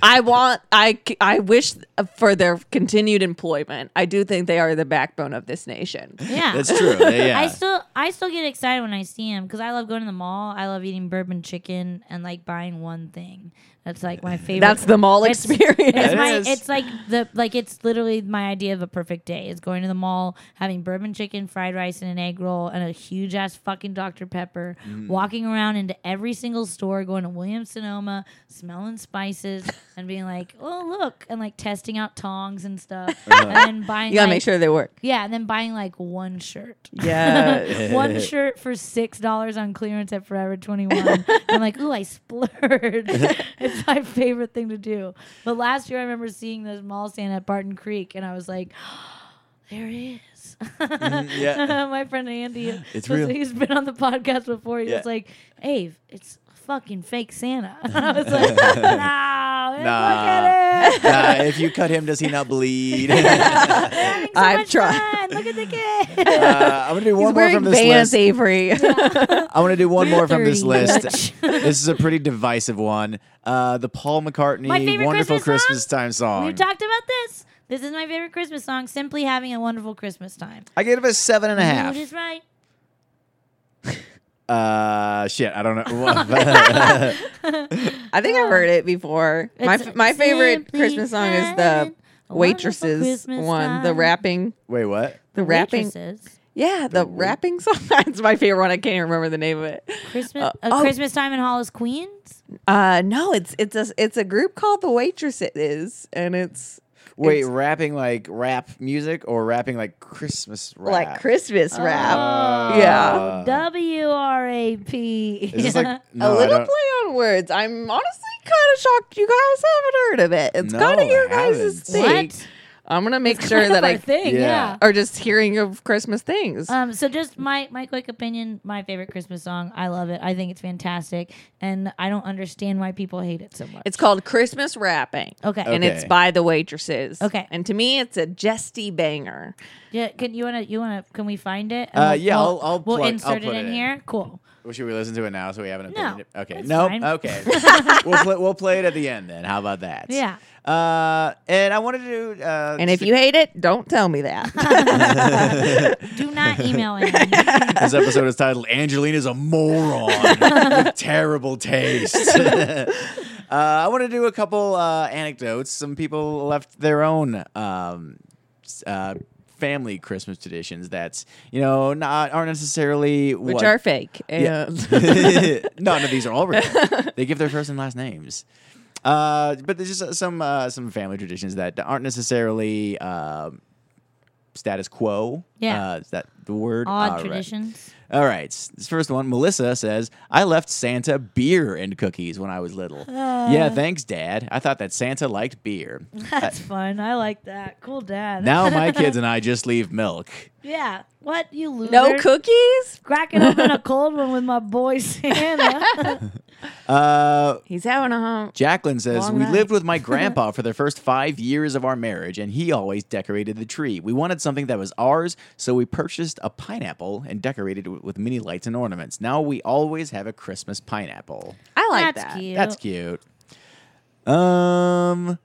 Speaker 5: I want I c- I wish for their continued employment. I do think they are the backbone of this nation.
Speaker 3: yeah.
Speaker 4: That's true. Yeah, yeah.
Speaker 3: I still I still get excited when I see him because I love going to the mall. I love eating bourbon chicken and like buying one thing. That's like my favorite.
Speaker 5: That's the mall
Speaker 3: It's-
Speaker 5: experience.
Speaker 3: It's,
Speaker 4: It
Speaker 3: my,
Speaker 4: is.
Speaker 3: it's like the like it's literally my idea of a perfect day is going to the mall, having bourbon chicken, fried rice, and an egg roll, and a huge ass fucking Dr Pepper.
Speaker 5: Mm.
Speaker 3: Walking around into every single store, going to Williams Sonoma, smelling spices, and being like, "Oh look," and like testing out tongs and stuff, and then buying.
Speaker 5: Uh-huh. You gotta
Speaker 3: like-
Speaker 5: make sure they work.
Speaker 3: Yeah, and then buying like one shirt.
Speaker 5: Yes.
Speaker 3: one shirt for six dollars on clearance at Forever Twenty One. I'm like, ooh, I splurged. it's my favorite thing to do. But last year, I remember seeing this mall stand at Barton Creek, and I was like, there it is.
Speaker 4: Mm, yeah.
Speaker 3: my friend Andy.
Speaker 4: It's
Speaker 3: was-
Speaker 4: real.
Speaker 3: He's been on the podcast before. He
Speaker 4: Yeah.
Speaker 3: was like, Ave, it's fucking fake Santa. And I was like, no,
Speaker 4: Nah.
Speaker 3: look at it.
Speaker 4: Nah, Uh, if you cut him, does he not bleed?
Speaker 3: They're having so
Speaker 5: I've
Speaker 3: much
Speaker 5: tried.
Speaker 3: fun. Look at the kid.
Speaker 4: Uh, I'm gonna do
Speaker 5: He's
Speaker 4: one more
Speaker 5: wearing
Speaker 4: from this
Speaker 5: Vans,
Speaker 4: list.
Speaker 5: Avery.
Speaker 4: I want to do one more from this
Speaker 3: Dirty
Speaker 4: list. this is a pretty divisive one. Uh, the Paul
Speaker 3: My
Speaker 4: McCartney
Speaker 3: favorite
Speaker 4: "Wonderful
Speaker 3: Christmas
Speaker 4: Christmas Time"
Speaker 3: We
Speaker 4: song.
Speaker 3: talked about this. This is my favorite Christmas song. Simply having a wonderful Christmas time.
Speaker 4: I gave it a seven and a
Speaker 3: Mood is
Speaker 4: half.
Speaker 3: right.
Speaker 4: Uh, shit, I don't know. What-
Speaker 5: I think I've heard it before. My
Speaker 3: It's
Speaker 5: f- my favorite
Speaker 3: simply
Speaker 5: Christmas song is
Speaker 3: having
Speaker 5: the
Speaker 3: a wonderful
Speaker 5: waitresses
Speaker 3: Christmas
Speaker 5: one, the
Speaker 3: time.
Speaker 5: rapping,
Speaker 4: Wait, what?
Speaker 5: the rapping.
Speaker 3: Waitresses.
Speaker 5: Yeah, the rapping song. That's my favorite one. I can't remember the name of it.
Speaker 3: Christmas.
Speaker 5: Uh,
Speaker 3: Uh,
Speaker 5: oh.
Speaker 3: Christmas time in Hollis, Queens.
Speaker 5: Uh, no, it's it's a it's a group called the Waitresses, and it's
Speaker 4: Wait,
Speaker 5: It's-
Speaker 4: rapping like rap music or rapping like Christmas rap?
Speaker 5: like Christmas rap.
Speaker 3: Oh,
Speaker 5: Uh, Yeah.
Speaker 3: W R A P.
Speaker 4: Uh, Is this like
Speaker 5: a
Speaker 4: no, I
Speaker 5: little
Speaker 4: don't-
Speaker 5: play on words. I'm honestly kind of shocked you guys haven't heard of it. It's
Speaker 4: No,
Speaker 5: kind of your
Speaker 4: I haven't.
Speaker 5: guys' thing.
Speaker 3: What?
Speaker 5: I'm gonna make sure that I
Speaker 3: thing.
Speaker 4: Yeah.
Speaker 3: yeah.
Speaker 5: or just hearing of Christmas things.
Speaker 3: Um, so just my my quick opinion, my favorite Christmas song. I love it. I think it's fantastic, and I don't understand why people hate it so much.
Speaker 5: it's called Christmas rapping.
Speaker 3: okay.
Speaker 5: And it's
Speaker 4: Okay.
Speaker 5: by the waitresses.
Speaker 3: Okay.
Speaker 5: And to me, it's a jesty banger.
Speaker 3: Yeah, can you wanna you wanna can we find it?
Speaker 4: Uh, yeah,
Speaker 3: we'll,
Speaker 4: I'll- I'll
Speaker 3: we'll
Speaker 4: plug- I'll
Speaker 3: insert
Speaker 4: put
Speaker 3: it in
Speaker 4: it in.
Speaker 3: here. Cool.
Speaker 4: Well, should we listen to it now so we have an
Speaker 3: No,
Speaker 4: opinion? okay.
Speaker 3: that's
Speaker 4: No.
Speaker 3: fine.
Speaker 4: Okay. we'll play, we'll play it at the end then. How about that?
Speaker 3: Yeah.
Speaker 4: Uh, and I wanted to do. Uh,
Speaker 5: And if you hate it, don't tell me that.
Speaker 3: Do not email in.
Speaker 4: this episode is titled "Angelina's a moron with terrible taste." uh, I want to do a couple uh, anecdotes. Some people left their own um, s- uh, family Christmas traditions that you know not aren't necessarily
Speaker 5: Which
Speaker 4: what
Speaker 5: are fake.
Speaker 4: Yeah.
Speaker 5: And
Speaker 4: no, no, these are all real. they give their first and last names. Uh, but there's just uh, some uh, some family traditions that aren't necessarily uh, status quo.
Speaker 3: Yeah.
Speaker 4: uh, is that the word?
Speaker 3: Odd
Speaker 4: All right.
Speaker 3: traditions.
Speaker 4: All right. s- This first one, Melissa says, "I left Santa beer and cookies when I was little."
Speaker 5: Uh.
Speaker 4: yeah, thanks, Dad. I thought that Santa liked beer.
Speaker 3: That's fun. I like that. Cool dad.
Speaker 4: now my kids and I just leave milk.
Speaker 3: yeah. What you loser?
Speaker 5: no cookies?
Speaker 3: Cracking open a cold one with my boy Santa.
Speaker 4: Uh,
Speaker 5: He's having a hump.
Speaker 4: Jacqueline says,
Speaker 5: Long
Speaker 4: We
Speaker 5: night.
Speaker 4: lived with my grandpa for the first five years of our marriage, and he always decorated the tree. We wanted something that was ours, so we purchased a pineapple and decorated it with mini lights and ornaments. Now we always have a Christmas pineapple.
Speaker 5: I like
Speaker 3: That's
Speaker 5: that.
Speaker 3: cute.
Speaker 4: That's cute. Um,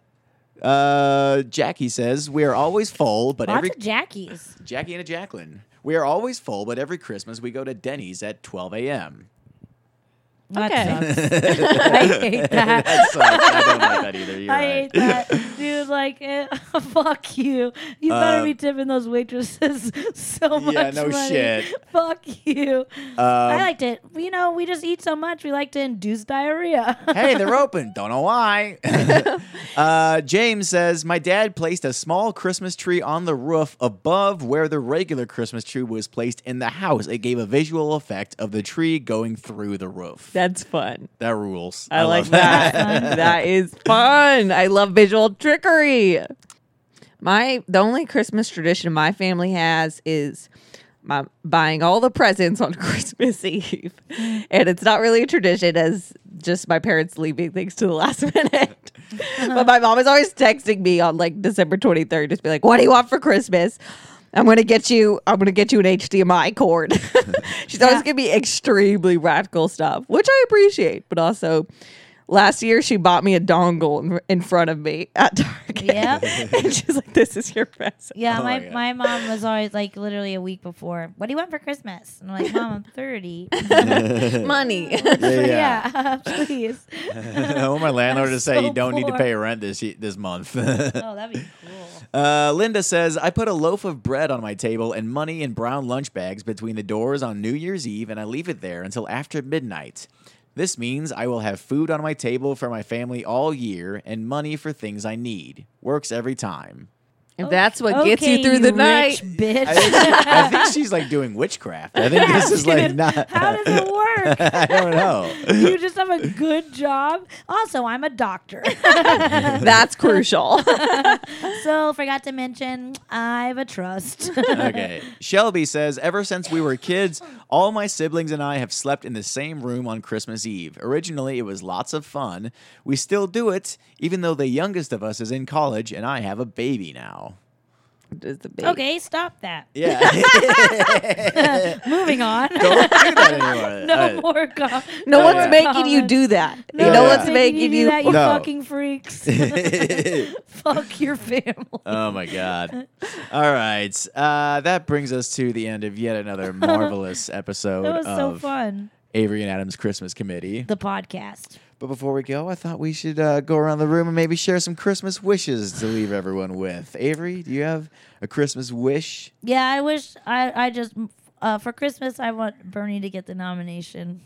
Speaker 4: Uh, Jackie says, We are always full, but
Speaker 3: Lots
Speaker 4: every.
Speaker 3: of Jackies.
Speaker 4: Jackie and a Jacqueline. We are always full, but every Christmas we go to Denny's at 12 a.m.
Speaker 3: That
Speaker 7: Okay.
Speaker 3: sucks. I hate that.
Speaker 4: That sucks. I don't like that either. You're
Speaker 3: I
Speaker 4: right.
Speaker 3: hate that. Dude, like, eh, fuck you. You better be tipping those waitresses so much
Speaker 4: Um, yeah, no
Speaker 3: money.
Speaker 4: shit.
Speaker 3: Fuck you. I
Speaker 4: Um,
Speaker 3: liked it. You know, we just eat so much, we like to induce diarrhea.
Speaker 4: hey, they're open. Don't know why. uh, James says My dad placed a small Christmas tree on the roof above where the regular Christmas tree was placed in the house. It gave a visual effect of the tree going through the roof. That,
Speaker 7: That's fun.
Speaker 4: rules.
Speaker 7: I, like
Speaker 4: love
Speaker 7: that. that is fun. I love visual trickery.
Speaker 5: My the only Christmas tradition my family has is my buying all the presents on Christmas Eve. And it's not really a tradition as just my parents leaving things to the last minute. but my mom is always texting me on like December 23rd just be like, "What do you want for Christmas?" I'm gonna get you. I'm gonna get you an HDMI cord. She's always gonna be extremely radical stuff, which I appreciate, but also. Last year, she bought me a dongle in, in front of me at Target.
Speaker 3: Yep.
Speaker 5: and she's like, "This is your present."
Speaker 3: Yeah,
Speaker 4: Oh my
Speaker 3: my,
Speaker 4: God.
Speaker 3: my mom was always like literally a week before, what do you want for Christmas? And I'm like, Mom, I'm 30. yeah,
Speaker 5: Money.
Speaker 3: please.
Speaker 4: I want my landlord to say
Speaker 3: so
Speaker 4: you don't need to
Speaker 3: poor.
Speaker 4: pay rent this ye- this month.
Speaker 3: Oh, that'd be cool.
Speaker 4: uh, Linda says I put a loaf of bread on my table and money in brown lunch bags between the doors on New Year's Eve, and I leave it there until after midnight. This means I will have food on my table for my family all year and money for things I need. Works every time.
Speaker 5: if that's what gets you
Speaker 3: Okay,
Speaker 5: through the
Speaker 3: rich
Speaker 5: night.
Speaker 3: bitch.
Speaker 4: I think, I think she's like doing witchcraft. I think this is like
Speaker 3: Dude,
Speaker 4: not.
Speaker 3: How does it work?
Speaker 4: I don't know.
Speaker 3: You just have a good job. Also, I'm a doctor.
Speaker 5: That's crucial.
Speaker 3: so forgot to mention, I have a trust.
Speaker 4: okay. Shelby says, ever since we were kids, all my siblings and I have slept in the same room on Christmas Eve. Originally, it was lots of fun. We still do it, even though the youngest of us is in college and I have a baby now.
Speaker 5: Is the big-
Speaker 3: okay, stop that.
Speaker 4: Yeah. don't
Speaker 3: Moving on.
Speaker 4: do that anymore.
Speaker 3: no
Speaker 4: Uh,
Speaker 3: more. Com-
Speaker 5: No
Speaker 4: Oh,
Speaker 5: one's
Speaker 4: yeah.
Speaker 5: making you do that.
Speaker 3: No
Speaker 5: you know
Speaker 4: one's
Speaker 5: what's making
Speaker 3: do
Speaker 5: you.
Speaker 3: that, you
Speaker 4: No.
Speaker 3: fucking freaks. Fuck your family.
Speaker 4: Oh my God. All right. Uh, that brings us to the end of yet another marvelous episode
Speaker 3: that was so
Speaker 4: of
Speaker 3: fun.
Speaker 4: Avery and Adam's Christmas Committee.
Speaker 3: The podcast.
Speaker 4: But before we go, I thought we should uh, go around the room and maybe share some Christmas wishes to leave everyone with. Avery, do you have a Christmas wish?
Speaker 3: Yeah, I wish I I just uh, for Christmas I want Bernie to get the nomination.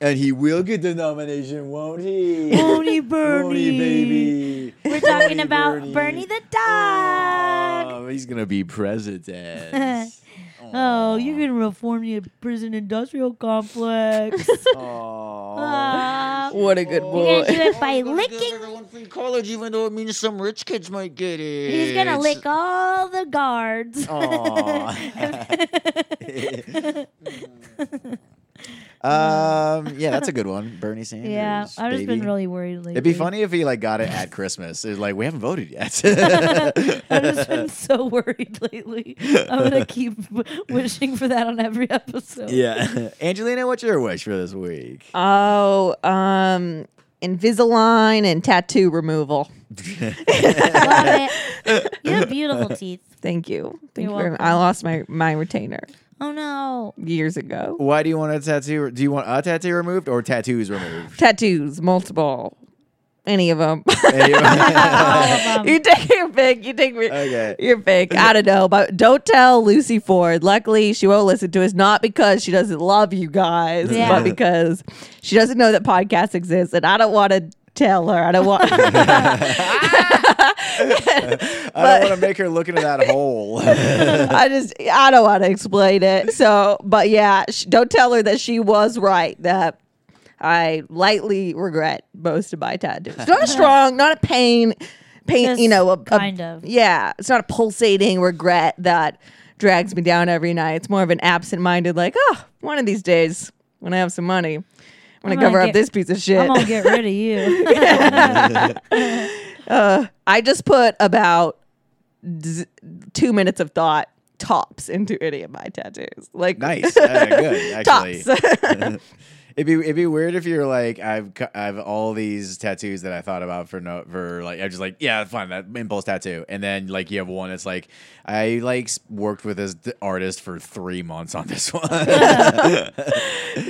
Speaker 4: And he will get the nomination, won't he?
Speaker 3: Bernie, Bernie,
Speaker 4: Won't he, baby.
Speaker 3: We're talking about Bernie, the dog.
Speaker 4: Oh, he's gonna be president.
Speaker 3: Oh, you're gonna reform the prison industrial complex. Oh. Uh,
Speaker 4: Aw.
Speaker 3: Aw.
Speaker 5: What a good
Speaker 3: You're gonna do
Speaker 5: boy.
Speaker 3: it by licking.
Speaker 2: everyone free college, even though it means some rich kids might get it.
Speaker 3: He's gonna lick all the guards.
Speaker 4: um, yeah, that's a good one, Bernie Sanders.
Speaker 3: yeah, I've just been
Speaker 4: baby.
Speaker 3: really worried lately.
Speaker 4: It'd be funny if he like got it at Christmas. It's like we haven't voted yet.
Speaker 3: I've just been so worried lately. I'm gonna keep wishing for that on every episode.
Speaker 4: yeah, Angelina, what's your wish for this week?
Speaker 5: Oh, um, Invisalign and tattoo removal.
Speaker 3: Love it. You have beautiful teeth.
Speaker 5: Thank you. Thank
Speaker 3: You're
Speaker 5: you very much.
Speaker 3: welcome.
Speaker 5: I lost my my retainer
Speaker 3: Oh no.
Speaker 5: years ago.
Speaker 4: Why do you want a tattoo? Do you want a tattoo removed or tattoos removed?
Speaker 5: Tattoos, multiple, any of them.
Speaker 3: All of 'em.
Speaker 5: you take your pick. You take your,
Speaker 4: Okay.
Speaker 5: your pick. I don't know, but don't tell Lucy Ford. Luckily, she won't listen to us. Not because she doesn't love you guys,
Speaker 3: Yeah.
Speaker 5: but because she doesn't know that podcasts exist, and I don't want to tell her. I don't want. I
Speaker 4: I don't want to make her look into that hole.
Speaker 5: just I don't want to explain it. So, but yeah, sh- don't tell her that she was right that. I lightly regret most of my tattoos. Not a strong, not a pain, pain.
Speaker 3: Just
Speaker 5: you know, a, a-
Speaker 3: kind of.
Speaker 5: Yeah, it's not a pulsating regret that drags me down every night. It's more of an absent-minded, like, oh, one of these days when I have some money, I'm gonna
Speaker 3: I'm gonna
Speaker 5: cover up
Speaker 3: get-
Speaker 5: this piece of
Speaker 3: I'm
Speaker 5: shit.
Speaker 3: gonna get rid of you.
Speaker 5: I just put about z- two minutes of thought tops into any of my tattoos. Like
Speaker 4: Nice. Uh, good. Actually,
Speaker 5: tops.
Speaker 4: it'd be it'd be weird if you're like I've cu- I've all these tattoos that I thought about for no for like I'm just like yeah fine that impulse tattoo and then like you have one that's like I like s- worked with this d- artist for three months on this one.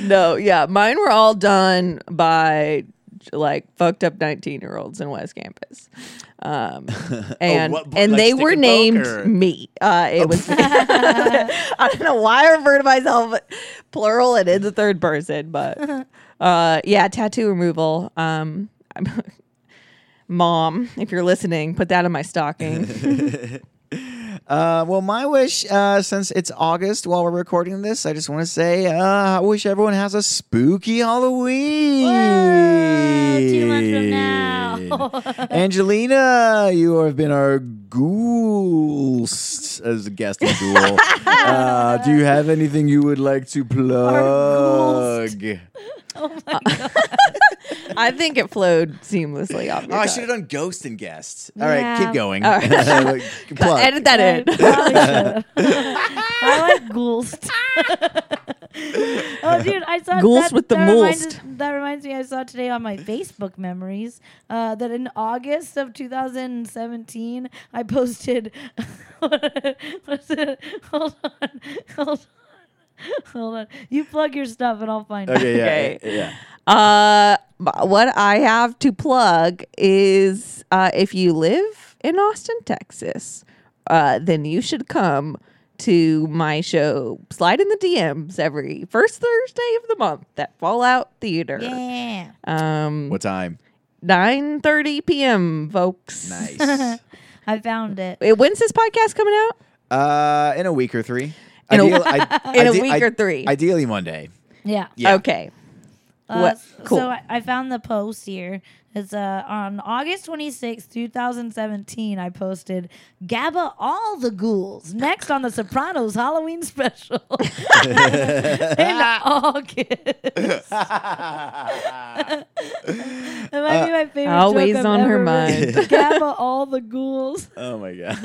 Speaker 5: no, yeah, mine were all done by like fucked up 19 year olds in West Campus. Um, and
Speaker 8: what-
Speaker 5: and
Speaker 8: like
Speaker 5: they
Speaker 8: stick
Speaker 5: were
Speaker 8: and poke
Speaker 5: named
Speaker 8: or-
Speaker 5: me. Uh, it was me. I don't know why I refer to myself plural and in the third person, but uh, yeah, tattoo removal. Um, I'm Mom, if you're listening, put that in my stocking.
Speaker 4: Uh, well, my wish, uh, since it's August while we're recording this, I just want to say uh, I wish everyone has a spooky Halloween.
Speaker 3: Whoa, two months from now.
Speaker 4: Angelina, you have been our ghoul s- as a guest of ghoul. uh, do you have anything you would like to plug?
Speaker 3: Oh
Speaker 5: I think it flowed seamlessly. Off
Speaker 8: Oh,
Speaker 5: your
Speaker 8: I
Speaker 5: tongue.
Speaker 8: should have done ghost and guests. All right,
Speaker 3: Yeah.
Speaker 8: keep going.
Speaker 5: All right.
Speaker 4: Plug.
Speaker 5: Edit that in.
Speaker 3: I Oh, like Ghoulst. oh, dude, I saw
Speaker 5: Ghouls
Speaker 3: that,
Speaker 5: with the
Speaker 3: that reminds-
Speaker 5: most.
Speaker 3: that reminds me, I saw today on my Facebook memories uh, that in August of 2017, I posted. what's it? Hold on, hold on, hold on. You plug your stuff, and I'll find it.
Speaker 4: Okay, yeah, yeah,
Speaker 5: Okay.
Speaker 4: yeah.
Speaker 5: Uh, but what I have to plug is uh, if you live in Austin, Texas, uh, then you should come to my show Slide in the DMs every first Thursday of the month at Fallout Theater.
Speaker 3: Yeah.
Speaker 5: Um,
Speaker 4: What time?
Speaker 5: 9:30 p.m. folks.
Speaker 4: Nice.
Speaker 3: I found it.
Speaker 5: Wait, When's this podcast coming out?
Speaker 4: uh, in a week or three.
Speaker 5: In a-
Speaker 4: I-
Speaker 5: in a
Speaker 4: ide-
Speaker 5: week
Speaker 4: I-
Speaker 5: or three.
Speaker 4: Ideally Monday.
Speaker 3: Yeah.
Speaker 8: Yeah.
Speaker 5: Okay.
Speaker 3: Uh,
Speaker 5: What-
Speaker 3: s-
Speaker 5: cool.
Speaker 3: So I, I found the post here. It's uh, on August twenty sixth, 2017. I posted Gabba All the Ghouls next on the Sopranos Halloween special in August.
Speaker 4: Oh
Speaker 3: that might be my favorite.
Speaker 5: Always
Speaker 3: joke I've
Speaker 5: on her
Speaker 3: ever
Speaker 5: mind.
Speaker 3: written. Gabba All the Ghouls.
Speaker 4: Oh my god.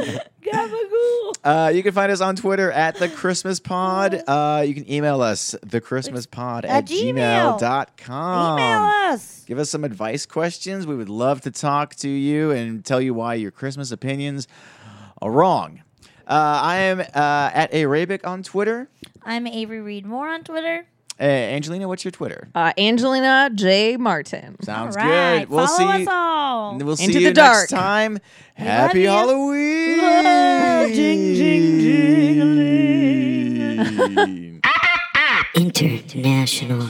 Speaker 3: Gabba Ghoul.
Speaker 4: Uh, you can find us on Twitter at the Christmas Pod. Uh, you can email us the Christmas Pod at,
Speaker 3: Gmail.
Speaker 4: gmail.com.
Speaker 3: Email us.
Speaker 4: Give us some advice questions. We would love to talk to you and tell you why your Christmas opinions are wrong. Uh, I am uh, at Arabic on Twitter.
Speaker 3: I'm Avery Reed Moore on Twitter.
Speaker 4: Uh, Angelina, what's your Twitter?
Speaker 5: Uh, Angelina J. Martin.
Speaker 4: Sounds
Speaker 3: All right.
Speaker 4: good. We'll
Speaker 3: Follow
Speaker 4: see.
Speaker 3: us all.
Speaker 4: We'll see
Speaker 5: Into
Speaker 4: you
Speaker 5: the dark.
Speaker 4: next time.
Speaker 3: you.
Speaker 4: Happy Halloween.
Speaker 3: Jing, jing, jingling.
Speaker 9: International